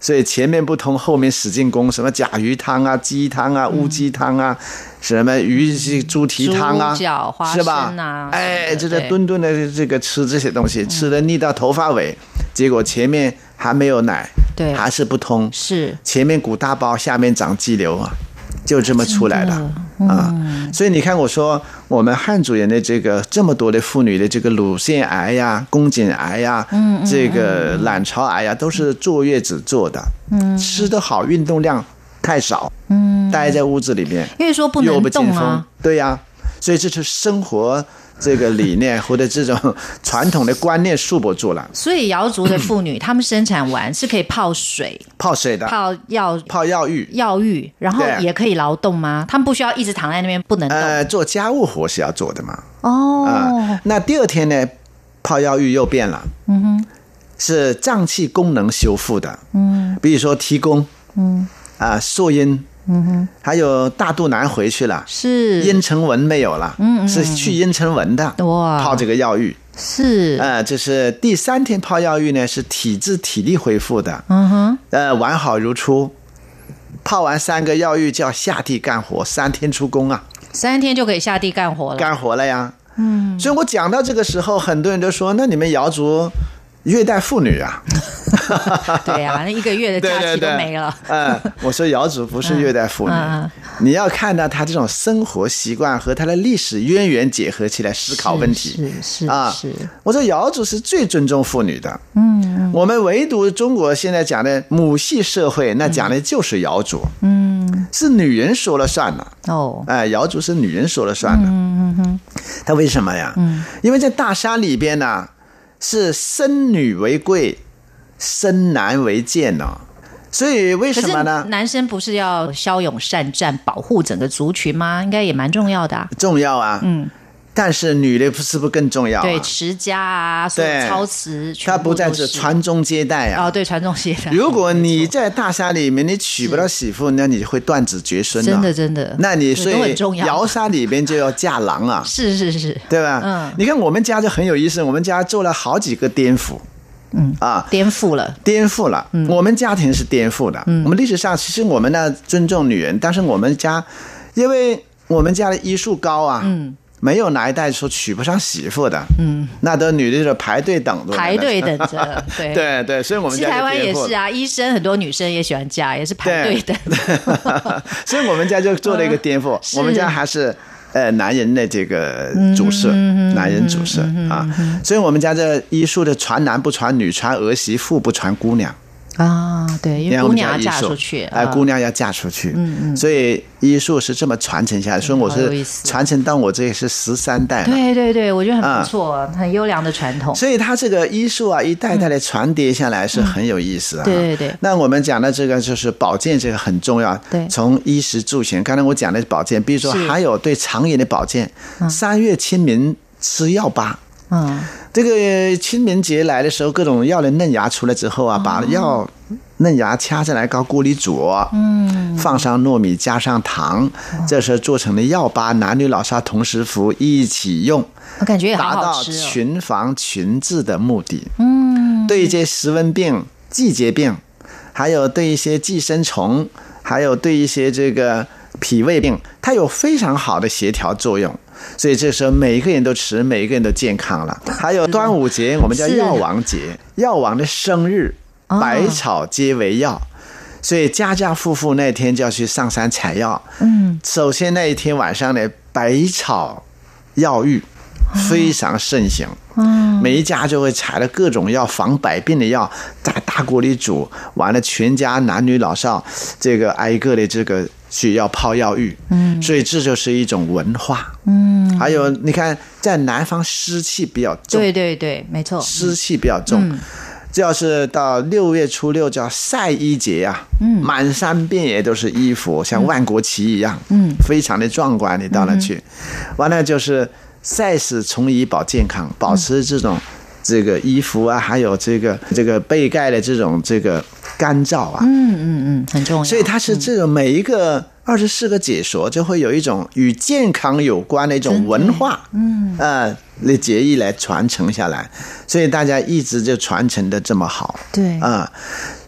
所以前面不通，后面使劲攻，什么甲鱼汤啊、鸡嗯汤啊、乌鸡汤啊，什么鱼猪蹄汤啊，猪脚花是吧生啊？什哎，么的这个对顿顿的这个吃这些东西，吃的腻到头发尾，结果前面还没有奶，对还是不通，是前面鼓大包，下面长肌瘤啊，就这么出来了啊、所以你看，我说我们汉族人的这个这么多的妇女的这个乳腺癌呀、宫颈癌呀、这个卵巢癌呀、都是坐月子做的，嗯，吃得好，运动量太少，嗯，待在屋子里面，因为说不弱能不禁动风啊，，对呀、所以这是生活这个理念 或者这种传统的观念束缚住了，所以瑶族的妇 女她们生产完是可以泡水、泡水的，泡药泡药浴。药浴，然后对也可以劳动吗？她们不需要一直躺在那边不能动呃，做家务活是要做的嘛，啊、哦。那第二天呢，泡药浴又变了，嗯哼，是脏器功能修复的，嗯，比如说提供，嗯，啊、缩阴，嗯哼，还有大肚腩回去了，是阴沉纹没有了，嗯是去阴沉纹的，哇泡这个药浴，是，呃，这是第三天泡药浴呢，是体质体力恢复的，嗯哼，呃，完好如初。泡完三个药浴就要下地干活，三天出工啊。三天就可以下地干 活了。干活了呀。嗯，所以我讲到这个时候，很多人都说，那你们瑶族虐待妇女啊？ 对呀，那一个月的对假对期都 对，没了。嗯，我说瑶族不是虐待妇女，嗯嗯你要看到她这种生活习惯和她的历史渊源结合起来思考问题。是是啊是，我说瑶族是最尊重妇女的，嗯，我们唯独中国现在讲的母系社会，那讲的就是瑶族，嗯，是女人说了算了。哦，哎，瑶族是女人说了算的。嗯嗯嗯，他为什么呀？嗯，因为在大山里边呢、是生女为贵，生男为贱呢、所以为可什是么呢？男生不是要骁勇善战，保护整个族群吗？应该也蛮重要的啊。重要啊。嗯，但是女的不是不是更重要、啊？对，持家啊，所有对操持，全她部不在都这是传宗接代啊。哦，对，传宗接代。 如果你在大山里面你娶不到媳妇，那你会断子绝孙啊真的真的，那你对所都以很重要。瑶山里边就要嫁郎啊。是是是，对吧？嗯你看我们家就很有意思，我们家做了好几个颠覆，嗯啊，颠覆了。颠覆了，嗯我们家庭是颠覆的。我们历史上其实我们呢尊重女人，但是我们家，因为我们家的医术高啊，嗯，没有哪一代说娶不上媳妇的，嗯，那都女的就是排队等着，，排队等着 对对，所以我们其实家就台湾结也婚是啊，医生很多女生也喜欢嫁，也是排队的。 所以我们家就做了一个颠覆， 是我们家还是。呃，男人的这个主事，嗯男人主事、啊，所以我们家这医术的传男不传女，传儿媳妇不传姑娘，啊，对，因为我姑们娘要叫嫁医术出去，嗯哎、啊姑娘要嫁出去，所以医术是这么传承下来，所以我嗯好有意是思传承到我这是十三代了，对对对，我觉得很啊不错，很优良的传统。所以它这个医术啊，一代代的传递下来是很有意思啊。嗯对对对那我们讲的这个就是保健，这个很重要。啊对从衣食住行，刚才我讲的保健，比如说是还有对肠炎的保健，三月清明吃药吧。嗯，这个清明节来的时候，各种药的嫩芽出来之后哦啊，把药嫩芽掐下来，搞锅里煮，嗯，放上糯米，加上糖，哦这时候做成的药吧，男女老少同时服，一起用。我感觉也好达好到吃哦。群防群治的目的。嗯，对一些食蚊病、季节病，还有对一些寄生虫，还有对一些这个脾胃病，它有非常好的协调作用。所以这时候每一个人都吃，每一个人都健康了。还有端午节，我们叫是药王节，药王的生日，哦百草皆为药。所以家家户户那天就要去上山采药。嗯，首先那一天晚上呢，百草药浴非常盛行。嗯，每一家就会采了各种药，防百病的药，在大锅里煮，完了全家男女老少，这个挨个的这个去要泡药浴。嗯，所以这就是一种文化。嗯，还有你看，在南方湿气比较重，对对对，没错。湿气比较重。这要是到六月初六叫晒衣节啊，嗯，满山遍野都是衣服，像万国旗一样，嗯，非常的壮观。你到那去，完了就是晒死从医保健康，保持这种这个衣服啊，还有这个这个被盖的这种这个干燥啊，嗯嗯嗯，很重要。所以它是这种每一个二十四个解说，就会有一种与健康有关的一种文化，嗯，呃，的结义来传承下来，所以大家一直就传承的这么好，对啊、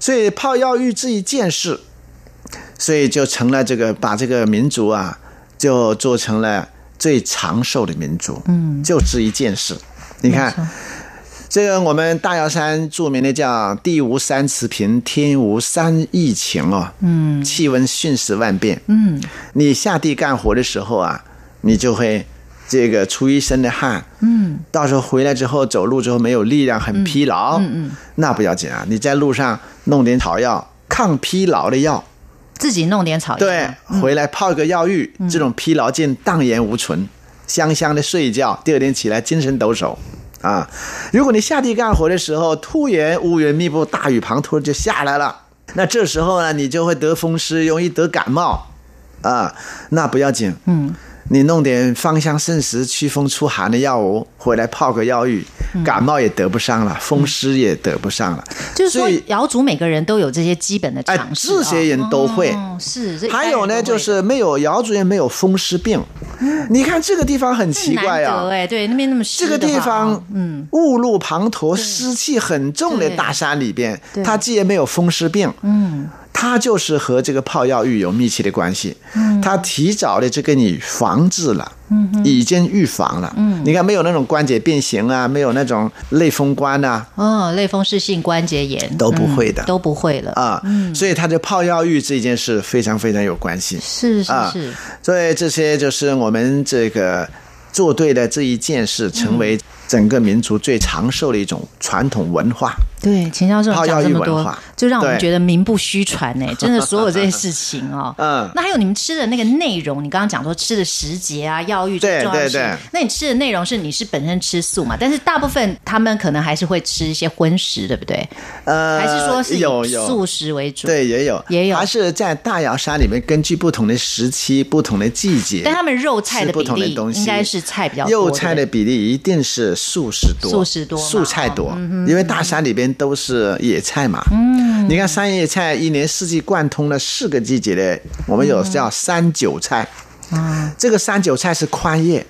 所以泡药浴这一件事，所以就成了这个把这个民族啊，就做成了最长寿的民族，嗯，就这一件事，你看。这个我们大瑶山著名的叫“地无三尺平，天无三疫情”哦，嗯，气温瞬时万变，嗯，你下地干活的时候啊，你就会这个出一身的汗，嗯，到时候回来之后走路之后没有力量，很疲劳，嗯嗯，那不要紧啊，你在路上弄点草药，抗疲劳的药，自己弄点草药。对，回来泡个药浴，嗯这种疲劳劲荡然无存，香香的睡一觉，第二天起来精神抖擞啊。如果你下地干活的时候，突然乌云密布，大雨滂沱就下来了，那这时候呢，你就会得风湿，容易得感冒啊。那不要紧，嗯。你弄点芳香渗石、祛风除寒的药物回来泡个药浴，嗯感冒也得不上了，风湿也得不上了。就是说所以，瑶族每个人都有这些基本的哎，常识啊。这些人都会。嗯，是。这一般还人有呢，都就会的是没有姚主任没有风湿病。 你看这个地方很奇怪很难得啊，哎，对，那边那么这湿个的话地方，嗯，雾露滂沱，湿气很重的对大山里边对，它既然没有风湿病，嗯，它就是和这个泡药浴有密切的关系，嗯，它提早的就给你防治了，嗯，已经预防了，嗯，你看没有那种关节变形啊，没有那种类风关啊呐、哦，类风湿性关节炎都不会嗯的都不会了。啊，所以它这泡药浴这件事非常非常有关系，是是啊是，所以这些就是我们这个做对了这一件事，成嗯为整个民族最长寿的一种传统文化。对，秦教授泡讲药这浴么文多化，就让我们对觉得名不虚传 呢。真的，所有这些事情哦，嗯那还有你们吃的那个内容，你刚刚讲说吃的时节啊、药浴对重要的对事对那你吃的内容是你是本身吃素嘛？但是大部分他们可能还是会吃一些荤食，对不对？呃，还是说是以有素有。食为主？，对，也有，也有还是在大瑶山里面，根据不同的时期、不同的季节，但他们肉菜吃的不比同例的东西应该是菜比较多，肉菜对的不对比例一定是素食多，素食多嘛嗯素菜多，因为大山里边都是野菜嘛。嗯，你看山野菜一年四季贯通了四个季节的，我们有叫山韭菜。嗯，这个山韭菜是宽叶，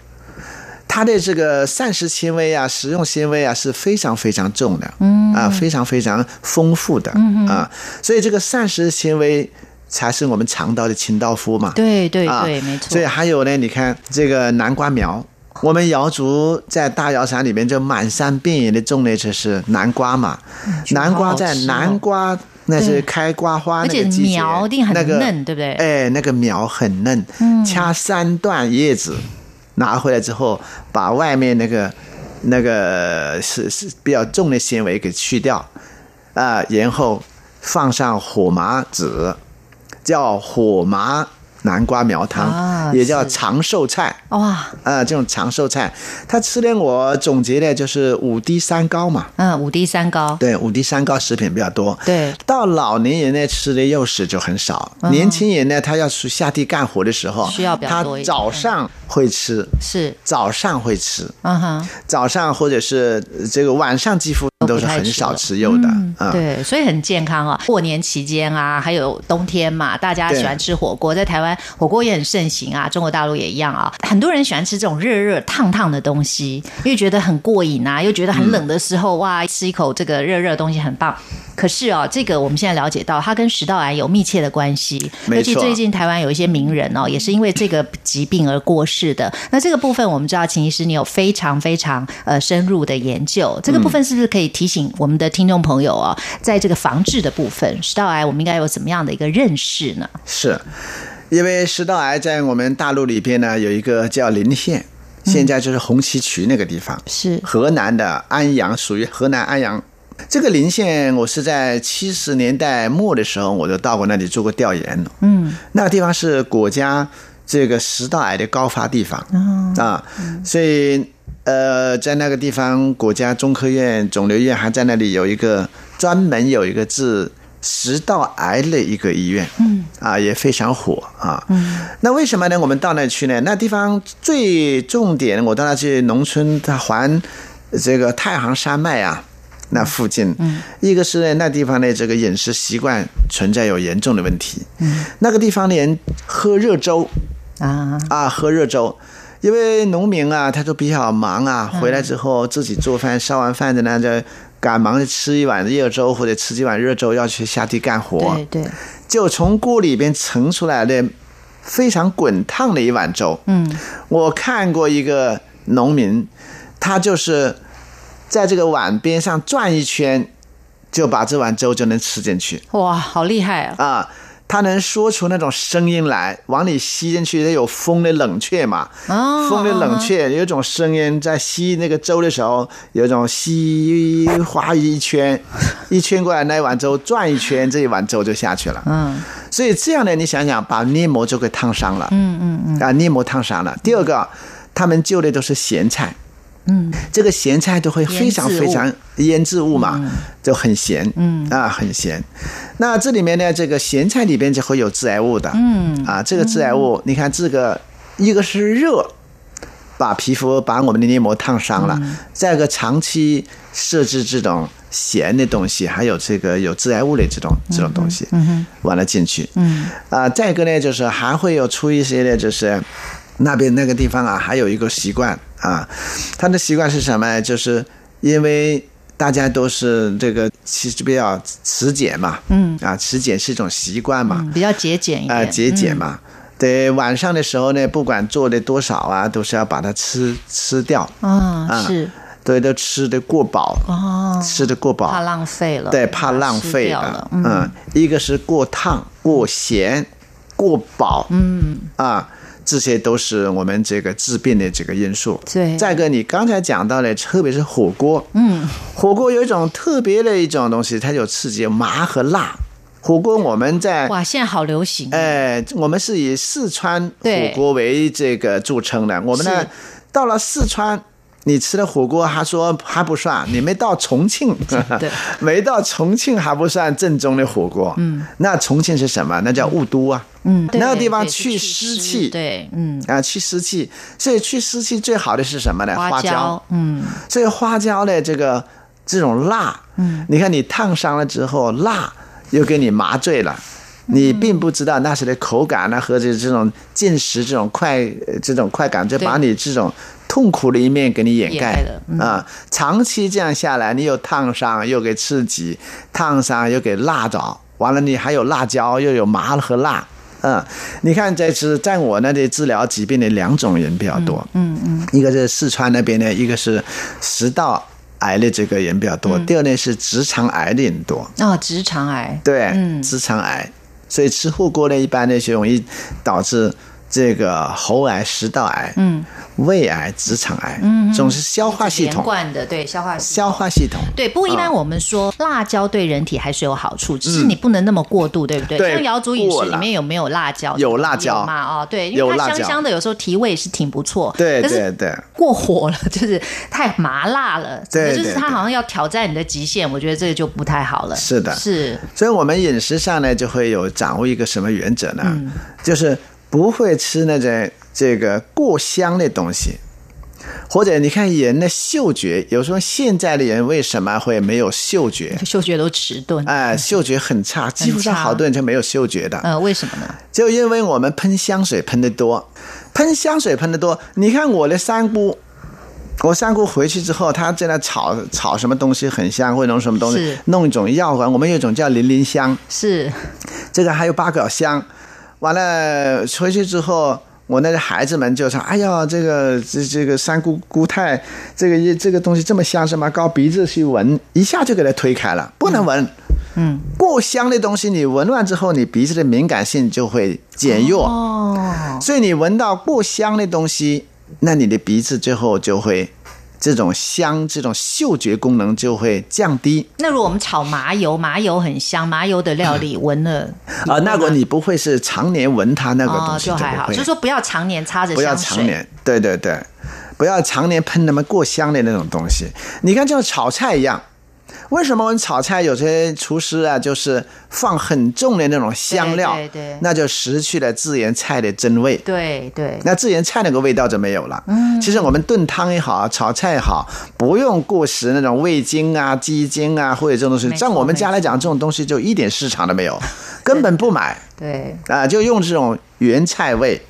它的这个膳食纤维啊、食用纤维啊是非常非常重的，嗯啊，非常非常丰富的，嗯啊，所以这个膳食纤维才是我们肠道的清道夫嘛。对对啊对，没错所以。还有呢，你看这个南瓜苗，我们瑶族在大瑶山里面就满山遍野的种的就是南瓜嘛，嗯南瓜在南瓜那是开瓜花而那且个季节，苗一定很那个嫩对不对嗯哎，那个苗很嫩，掐三段叶子拿回来之后，把外面那个那个是是比较重的纤维给去掉，啊、然后放上火麻籽，叫火麻南瓜苗汤，啊也叫是哦长寿菜。哇，啊、这种长寿菜，它吃的我总结的就是五低三高嘛，嗯，五低三高，对，五低三高食品比较多。对嗯到老年人呢，吃的幼食就很少，年轻人呢，他要去下地干活的时候，需要比较他多一点嗯早上会吃，是，早上会吃，嗯哼，早上或者是呃这个晚上几乎都都不是太很吃少了嗯吃肉的，啊、对，所以很健康啊。过年期间啊，还有冬天嘛，大家对喜欢吃火锅，在台湾火锅也很盛行啊，中国大陆也一样啊。很多人喜欢吃这种热热烫烫的东西，因为觉得很过瘾啊，又觉得嗯很冷的时候、哇，吃一口这个热热的东西很棒。可是哦，这个我们现在了解到，它跟食道癌有密切的关系，没尤其错最近台湾有一些名人哦，也是因为这个疾病而过世的。 那这个部分我们知道，秦医师你有非常非常呃深入的研究，这个部分是不是可以提醒我们的听众朋友哦，在这个防治的部分，食道癌我们应该有怎么样的一个认识呢？是，因为食道癌在我们大陆里边呢有一个叫临县，现在就是红旗渠那个地方，是河南的安阳，属于河南安阳。这个临县，我是在七十年代末的时候，我就到过那里做过调研。嗯，那个地方是国家这个食道癌的高发地方、啊，所以呃，在那个地方，国家中科院肿瘤院还在那里有一个专门有一个治食道癌的一个医院。嗯，啊，也非常火啊。嗯，那为什么呢？我们到那去呢？那地方最重点，我到那去农村，它环这个太行山脉啊。那附近，一个是呢，那地方的这个饮食习惯存在有严重的问题，嗯，那个地方的人喝热粥，啊，啊，喝热粥。因为农民啊，他都比较忙啊，回来之后自己做饭，烧完饭的呢，就赶忙地吃一碗热粥，或者吃几碗热粥，要去下地干活。对对，就从锅里边盛出来的非常滚烫的一碗粥。嗯，我看过一个农民，他就是在这个碗边上转一圈，就把这碗粥就能吃进去哇，好厉害啊！啊。他能说出那种声音来，往里吸进去，它有风的冷却嘛，哦风的冷却有一种声音，在吸那个粥的时候，有一种吸哗一圈，一圈过来那一碗粥转一圈，这一碗粥就下去了。嗯，所以这样呢，你想想，啊把黏膜就给烫伤了。嗯嗯嗯。啊，黏膜烫伤了。第二个，他们就的都是咸菜。嗯，这个咸菜都会非常腌制物非常腌制物嘛，就很咸，嗯啊，很咸。那这里面呢，这个咸菜里边就会有致癌物的，嗯啊，这个致癌物，你看这个一个是热，把皮肤把我们的黏膜烫伤了，再一个长期摄制这种咸的东西，还有这个有致癌物的这种这种东西，完了进去，嗯啊，再一个呢，就是还会有出一些呢，就是那边那个地方啊，还有一个习惯啊，他的习惯是什么呢？就是因为大家都是这个其实比较持俭嘛，嗯啊，持俭是一种习惯嘛，嗯比较节俭一啊、点，嗯节俭嘛。对，晚上的时候呢，不管做的多少啊，都是要把它吃吃掉，啊，啊是对，都吃的过饱，哦，吃的过饱，怕浪费了，啊对，怕浪吃费掉了了，，嗯，一个是过烫、过咸、过饱，嗯啊，这些都是我们这个致病的这个因素。对再一个你刚才讲到的，特别是火锅，嗯，火锅有一种特别的一种东西，它有刺激有麻和辣。火锅我们在哇，现在好流行啊，哎，我们是以四川火对锅为这个著称的。我们呢是，到了四川，你吃的火锅还说还不算，你没到重庆，的 没到重庆还不算正宗的火锅。嗯，那重庆是什么？那叫雾都啊。嗯那个对地方对是去湿气，对，嗯，啊，去湿气，所以去湿气最好的是什么呢？花哎花椒椒，，嗯，所以花椒的这个这种辣，嗯，你看你烫伤了之后，辣又给你麻醉了。嗯你并不知道那时的口感呢，和这这种进食这种快呃这种快感，就把对你这种痛苦的一面给你掩掩盖嗯盖了啊、长期这样下来，你又烫伤，又给刺激，烫伤又给辣着，完了你还有辣椒，又有麻和辣，嗯，你看这次在我那里治疗疾病的两种人比较多，嗯嗯，一个是四川那边的，一个是食道癌的这个人比较多，嗯第二呢是直肠癌的人多，哦，直肠癌，对，嗯直肠癌，所以吃火锅呢，一般呢就容易导致这个喉癌、食道癌、嗯，胃癌、直肠癌，嗯，总是消化系连统，贯的，对，消化系统。消化系统，对，不过一般我们说辣椒对人体还是有好处，只是你不能那么过度，对不对？嗯对像瑶族饮过食了里面有没有辣椒？有辣椒有嘛？哦，对，因有为它辣椒香香的，有时候提味是挺不错。对可是对对。过火了，就是太麻辣了，对整个就是对它对好像要挑战你的极限，我觉得这个就不太好了。是的是所以我们饮食上呢，就会有掌握一个什么原则呢？就是不会吃那种这个过香的东西，或者你看人的嗅觉，有时候现在的人为什么会没有嗅觉？嗅觉都迟钝，哎、嗅觉很差，嗯几乎上差好多人就没有嗅觉的，呃，为什么呢？就因为我们喷香水喷得多，喷香水喷得多。你看我的香菇，我香菇回去之后，它在那炒炒什么东西很香，或者弄什么东西是，弄一种药丸，我们有一种叫零零香，是这个还有八角香。完了回去之后，我那个孩子们就说：“哎呀，这个这这个三姑姑太，这个这个东西这么香是吗？高鼻子去闻，一下就给它推开了，不能闻。嗯”过香的东西，你闻完之后，你鼻子的敏感性就会减弱，哦，所以你闻到过香的东西，那你的鼻子最后就会这种香这种嗅觉功能就会降低那如果我们炒麻油，麻油很香，麻油的料理闻了啊、那个你不会是常年闻它那个哦东，西就不还好，会就是说不要常年擦着不要香常水，年，对对对，不要常年喷那么过香的那种东西。你看，就像炒菜一样，为什么我们炒菜有些厨师啊，就是放很重的那种香料，对对对那就失去了自然菜的真味。对对，那自然菜那个味道就没有了。嗯，其实我们炖汤也好，炒菜也好，不用过时那种味精啊、鸡精啊或者这种东西没。错在我们家来讲，这种东西就一点市场都没有，根本不买。对，啊，就用这种原菜味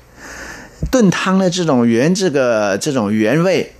炖汤的这种原这个这种原味，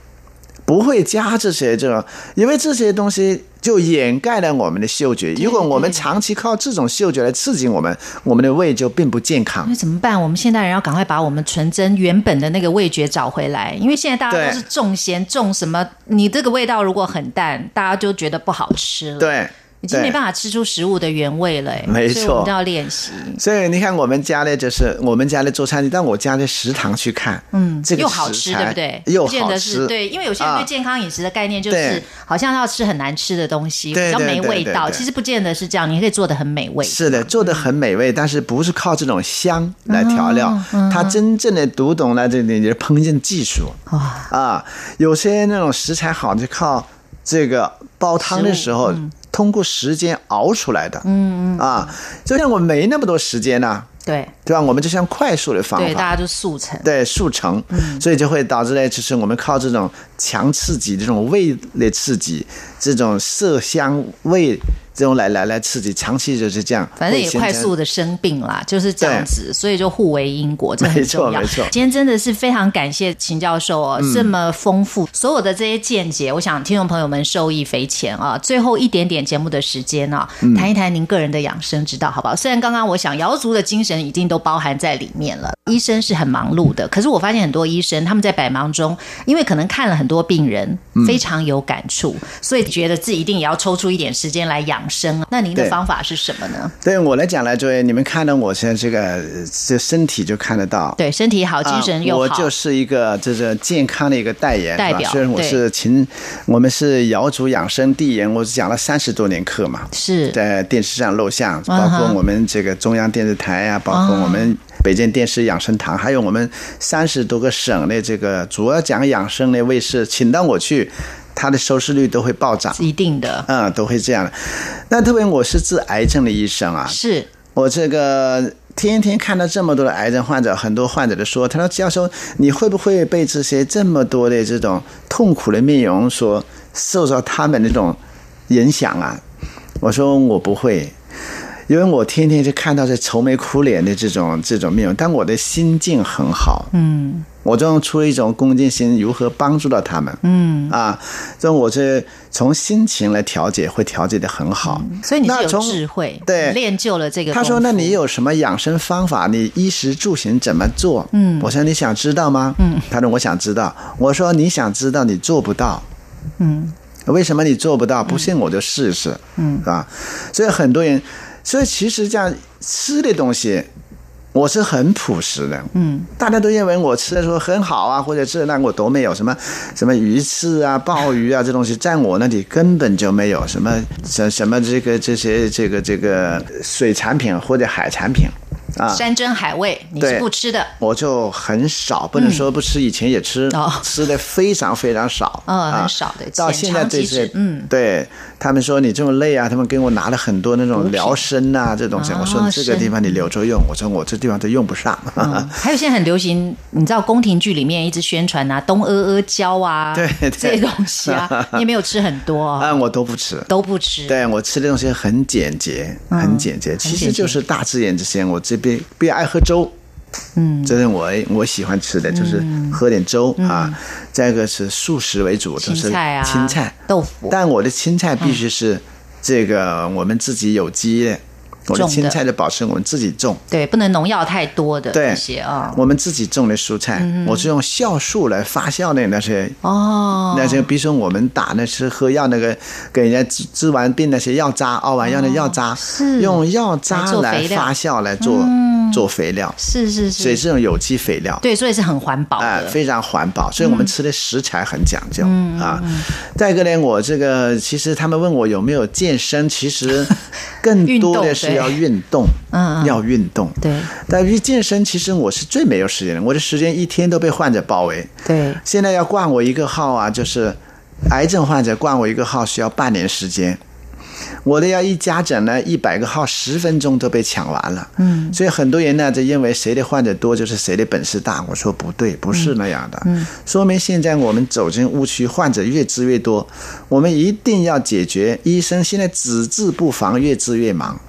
不会加这些这种，因为这些东西就掩盖了我们的嗅觉。如果我们对长期靠这种嗅觉来刺激我们，我们的胃就并不健康那。怎么办？我们现代人要赶快把我们纯真原本的那个味觉找回来，因为现在大家对都是重咸重什么，你这个味道如果很淡，大家就觉得不好吃了，，对，已经没对办法吃出食物的原味了，哎没所以我们错都要练习，所以你看，我们家呢，就是我们家的做菜，你到我家的食堂去看，嗯，这个又好食吃，材对不对？又不见好得是吃，对，因为有些人对啊健康饮食的概念就是对好像要吃很难吃的东西，对比较对没对味对道。对其实不见得是这样，你可以做的很美味。是的，做的很美味，但是不是靠这种香来调料，它真正的读懂了这里的烹饪技术哇，啊。有些那种食材好，就靠这个煲汤的时候，通过时间熬出来的。嗯嗯啊，就像我们没那么多时间呢、对对吧？我们就像快速的方对，法。大家就速成。对速成，嗯所以就会导致呢，就是我们靠这种强刺激、这种味的刺激、这种色香味这种来来来刺激，长期就是这样。反正也会形快成速的生病啦，就是这样子，所以就互为因果，这很没错重要。没错嗯今天真的是非常感谢秦教授哦，这么丰富所有的这些见解，我想听众朋友们受益匪浅啊。最后一点点节目的时间啊，嗯谈一谈您个人的养生之道，好不好？虽然刚刚我想瑶族的精神已经都包含在里面了，医生是很忙碌嗯的，可是我发现很多医生他们在百忙中，因为可能看了很多病人，嗯非常有感触，所以觉得自己一定也要抽出一点时间来养生啊。那您的对方法是什么呢？对我来讲来，诸位，你们看到我现在这个呃这身体就看得到。对，身体好，精神又好。啊我就是一个这个健康的一个代言代表啊虽然我对是秦，我们是瑶族养生第一人，我讲了三十多年课嘛，是在电视上露相，包嗯哼括我们这个中央电视台啊，包括我们北京电视养生堂，还有我们三十多个省的这个主要讲养生的卫视，请到我去，它的收视率都会暴涨，一定的，嗯，都会这样的。那特别我是治癌症的医生啊，是我这个天天看到这么多的癌症患者，很多患者都说，他说教授，你会不会被这些这么多的这种痛苦的面容所受到他们那种影响啊？我说我不会，因为我天天就看到这愁眉苦脸的这种这种面容，但我的心境很好，嗯我就用出一种恭敬心，如何帮助到他们嗯，啊？这我这从心情来调节，会调节的很好。所以你是那有从智慧，对你练就了这个功他夫。说：“那你有什么养生方法？你衣食住行怎么做？”嗯我说：“你想知道吗？”嗯，他说：“我想知道。”我说：“你想知道，你做不到。”嗯，为什么你做不到？不信我就试试，嗯，是吧？所以很多人，所以其实这样吃的东西，我是很朴实的，嗯，大家都认为我吃的时候很好啊，或者这那我都没有什么什么鱼翅啊、鲍鱼啊这东西，在我那里根本就没有什么什什么这个这些这个这个水产品或者海产品。啊，山珍海味你是对不吃的，我就很少，不能说不吃，以前也吃，嗯哦吃的非常非 常少，嗯啊很少对到浅现在尝即对这止，嗯对他们说你这么累啊，他们给我拿了很多那种疗参呐这种东西，哦我说这个参地方你留着用，我说我这地方都用不上， 嗯，还有现在很流行，你知道宫廷剧里面一直宣传啊，东阿阿胶啊， 对对这些东西 啊，你也没有吃很多、哦，啊，我都不吃。都不吃。对我吃的东西很简洁，嗯很简洁，其实就是大自然之间。我这边比较爱喝粥，嗯，这是我我喜欢吃的，就是喝点粥啊。再一个是素食为主，就青是菜啊，青菜，豆腐，但我的青菜必须是这个我们自己有机的，我的种的青菜的保持我们自己种，对，不能农药太多的对这些啊。我们自己种的蔬菜，我是用酵素来发酵的那些。哦，那些，比如说我们打那吃喝药那个，给人家治治完病那些药渣，熬完药的药渣，哦是用药渣来做来肥料发酵来做做肥料，是是所以是，这种有机肥料。对，所以是很环保哎，的。嗯非常环保，所以我们吃的食材很讲究、啊。再一个呢，我这个其实他们问我有没有健身，其实更运动多的是对要运动，嗯嗯要运动。对但于健身，其实我是最没有时间的，我的时间一天都被患者包哎围。对，现在要挂我一个号啊，就是癌症患者挂我一个号需要半年时间。我的要一家诊呢，一百个号十分钟都被抢完了。嗯，所以很多人呢就认为谁的患者多就是谁的本事大。我说不对，不是那样的。嗯，说明现在我们走进误区，患者越治越多。我们一定要解决医生现在只治不防，越治越忙。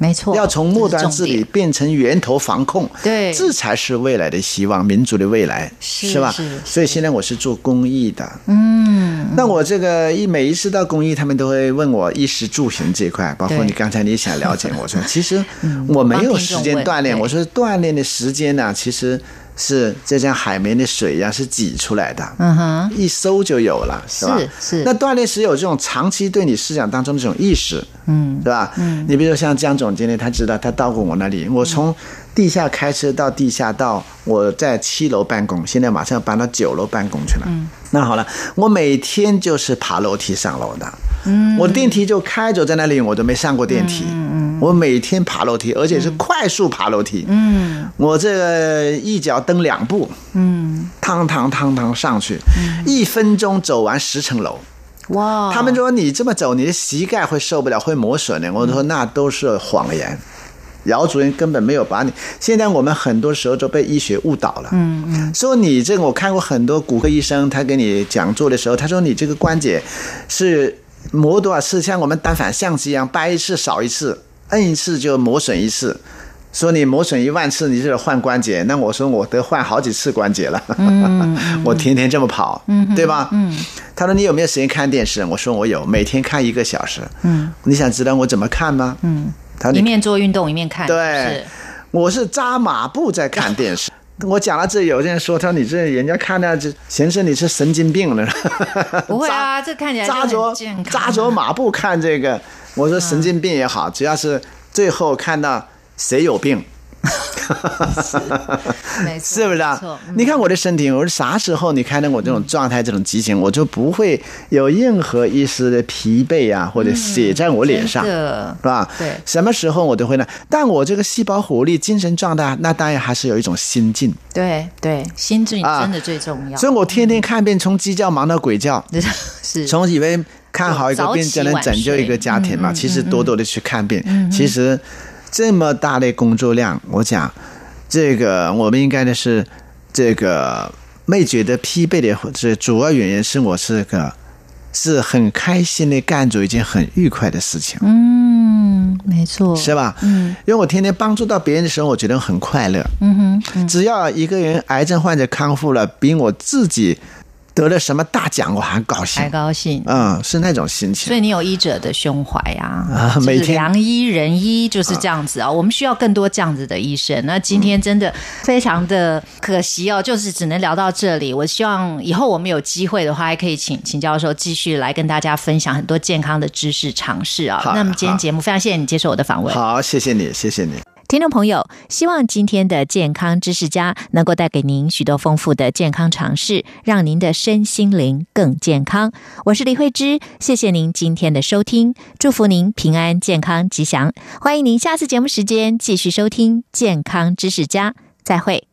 没错，要从末端治这是理重点。变成源头防控，对这才是未来的希望，民族的未来，是吧是是？所以现在我是做公益的，嗯，那我这个一每一次到公益，他们都会问我衣食住行这一块，包括对嗯你刚才你想了解，我说其实我没有时间帮听众问锻炼，对我说锻炼的时间呢、其实是就像海绵的水一样，是挤出来的，嗯哼，一搜就有了，是吧？是是那锻炼时有这种长期对你思想当中这种意识，嗯，是吧？嗯，你比如像江总经理，他知道他到过我那里，我从地下开车到地下道，我在七楼办公，现在马上要搬到九楼办公去了。嗯，那好了，我每天就是爬楼梯上楼的。嗯，我电梯就开着在那里，我都没上过电梯。嗯我每天爬楼梯，而且是快速爬楼梯。嗯，我这个一脚蹬两步。嗯，汤汤汤汤上去，一分钟走完十层楼。哇，他们说你这么走，你的膝盖会受不了，会磨损的。我说那都是谎言。姚主任根本没有把你，现在我们很多时候都被医学误导了。嗯嗯，说你这个，我看过很多骨科医生，他给你讲座的时候，他说你这个关节是磨多少次，像我们单反相机一样，掰一次少一次，摁一次就磨损一次。说你磨损一万次，你就得换关节。那我说我得换好几次关节了， 嗯我天天这么跑，对吧？他说你有没有时间看电视？我说我有，每天看一个小时。嗯，你想知道我怎么看吗？嗯，他说一你面做运动一面看，对，我是扎马步在看 电视。我讲到这，有人说，他说你这人家看到这，先生你是神经病了。是不会啊，这看起来就扎很着健康啊嗯扎着马步看这个，我说神经病也好，只要是最后看到谁有病，没错是不是没啊错？嗯你看我的身体，我是啥时候你看到我这种状态、这种激情，我就不会有任何一丝的疲惫啊，或者写在我脸上，嗯真是的吧？对什么时候我都会呢？但我这个细胞活力、精神状态，那当然还是有一种心境。对对，心境啊真的最重要。所以我天天看遍从鸡叫忙到鬼叫， 是从以为看好一个病就能拯救一个家庭嘛，其实多多的去看病，其实这么大的工作量，我讲这个我们应该的是这个没觉得疲惫的，这主要原因是我是个是很开心的干着一件很愉快的事情，嗯，嗯，没错，是吧？嗯，因为我天天帮助到别人的时候，我觉得很快乐。嗯哼，只要一个人癌症患者康复了，比我自己得了什么大奖我还高兴还。高兴。嗯，是那种心情所。以你有医者的胸怀啊，啊就是每天良医仁医就是这样子啊、我们需要更多这样子的医生。那今天真的非常的可惜哦，就是只能聊到这里。我希望以后我们有机会的话，还可以请请教授继续来跟大家分享很多健康的知识尝试啊好。那么今天好节目非常谢谢你接受我的访问。好，谢谢你，谢谢你。听众朋友，希望今天的健康知识家能够带给您许多丰富的健康常识，让您的身心灵更健康。我是李慧芝，谢谢您今天的收听，祝福您平安、健康、吉祥。欢迎您下次节目时间继续收听《健康知识家》，再会。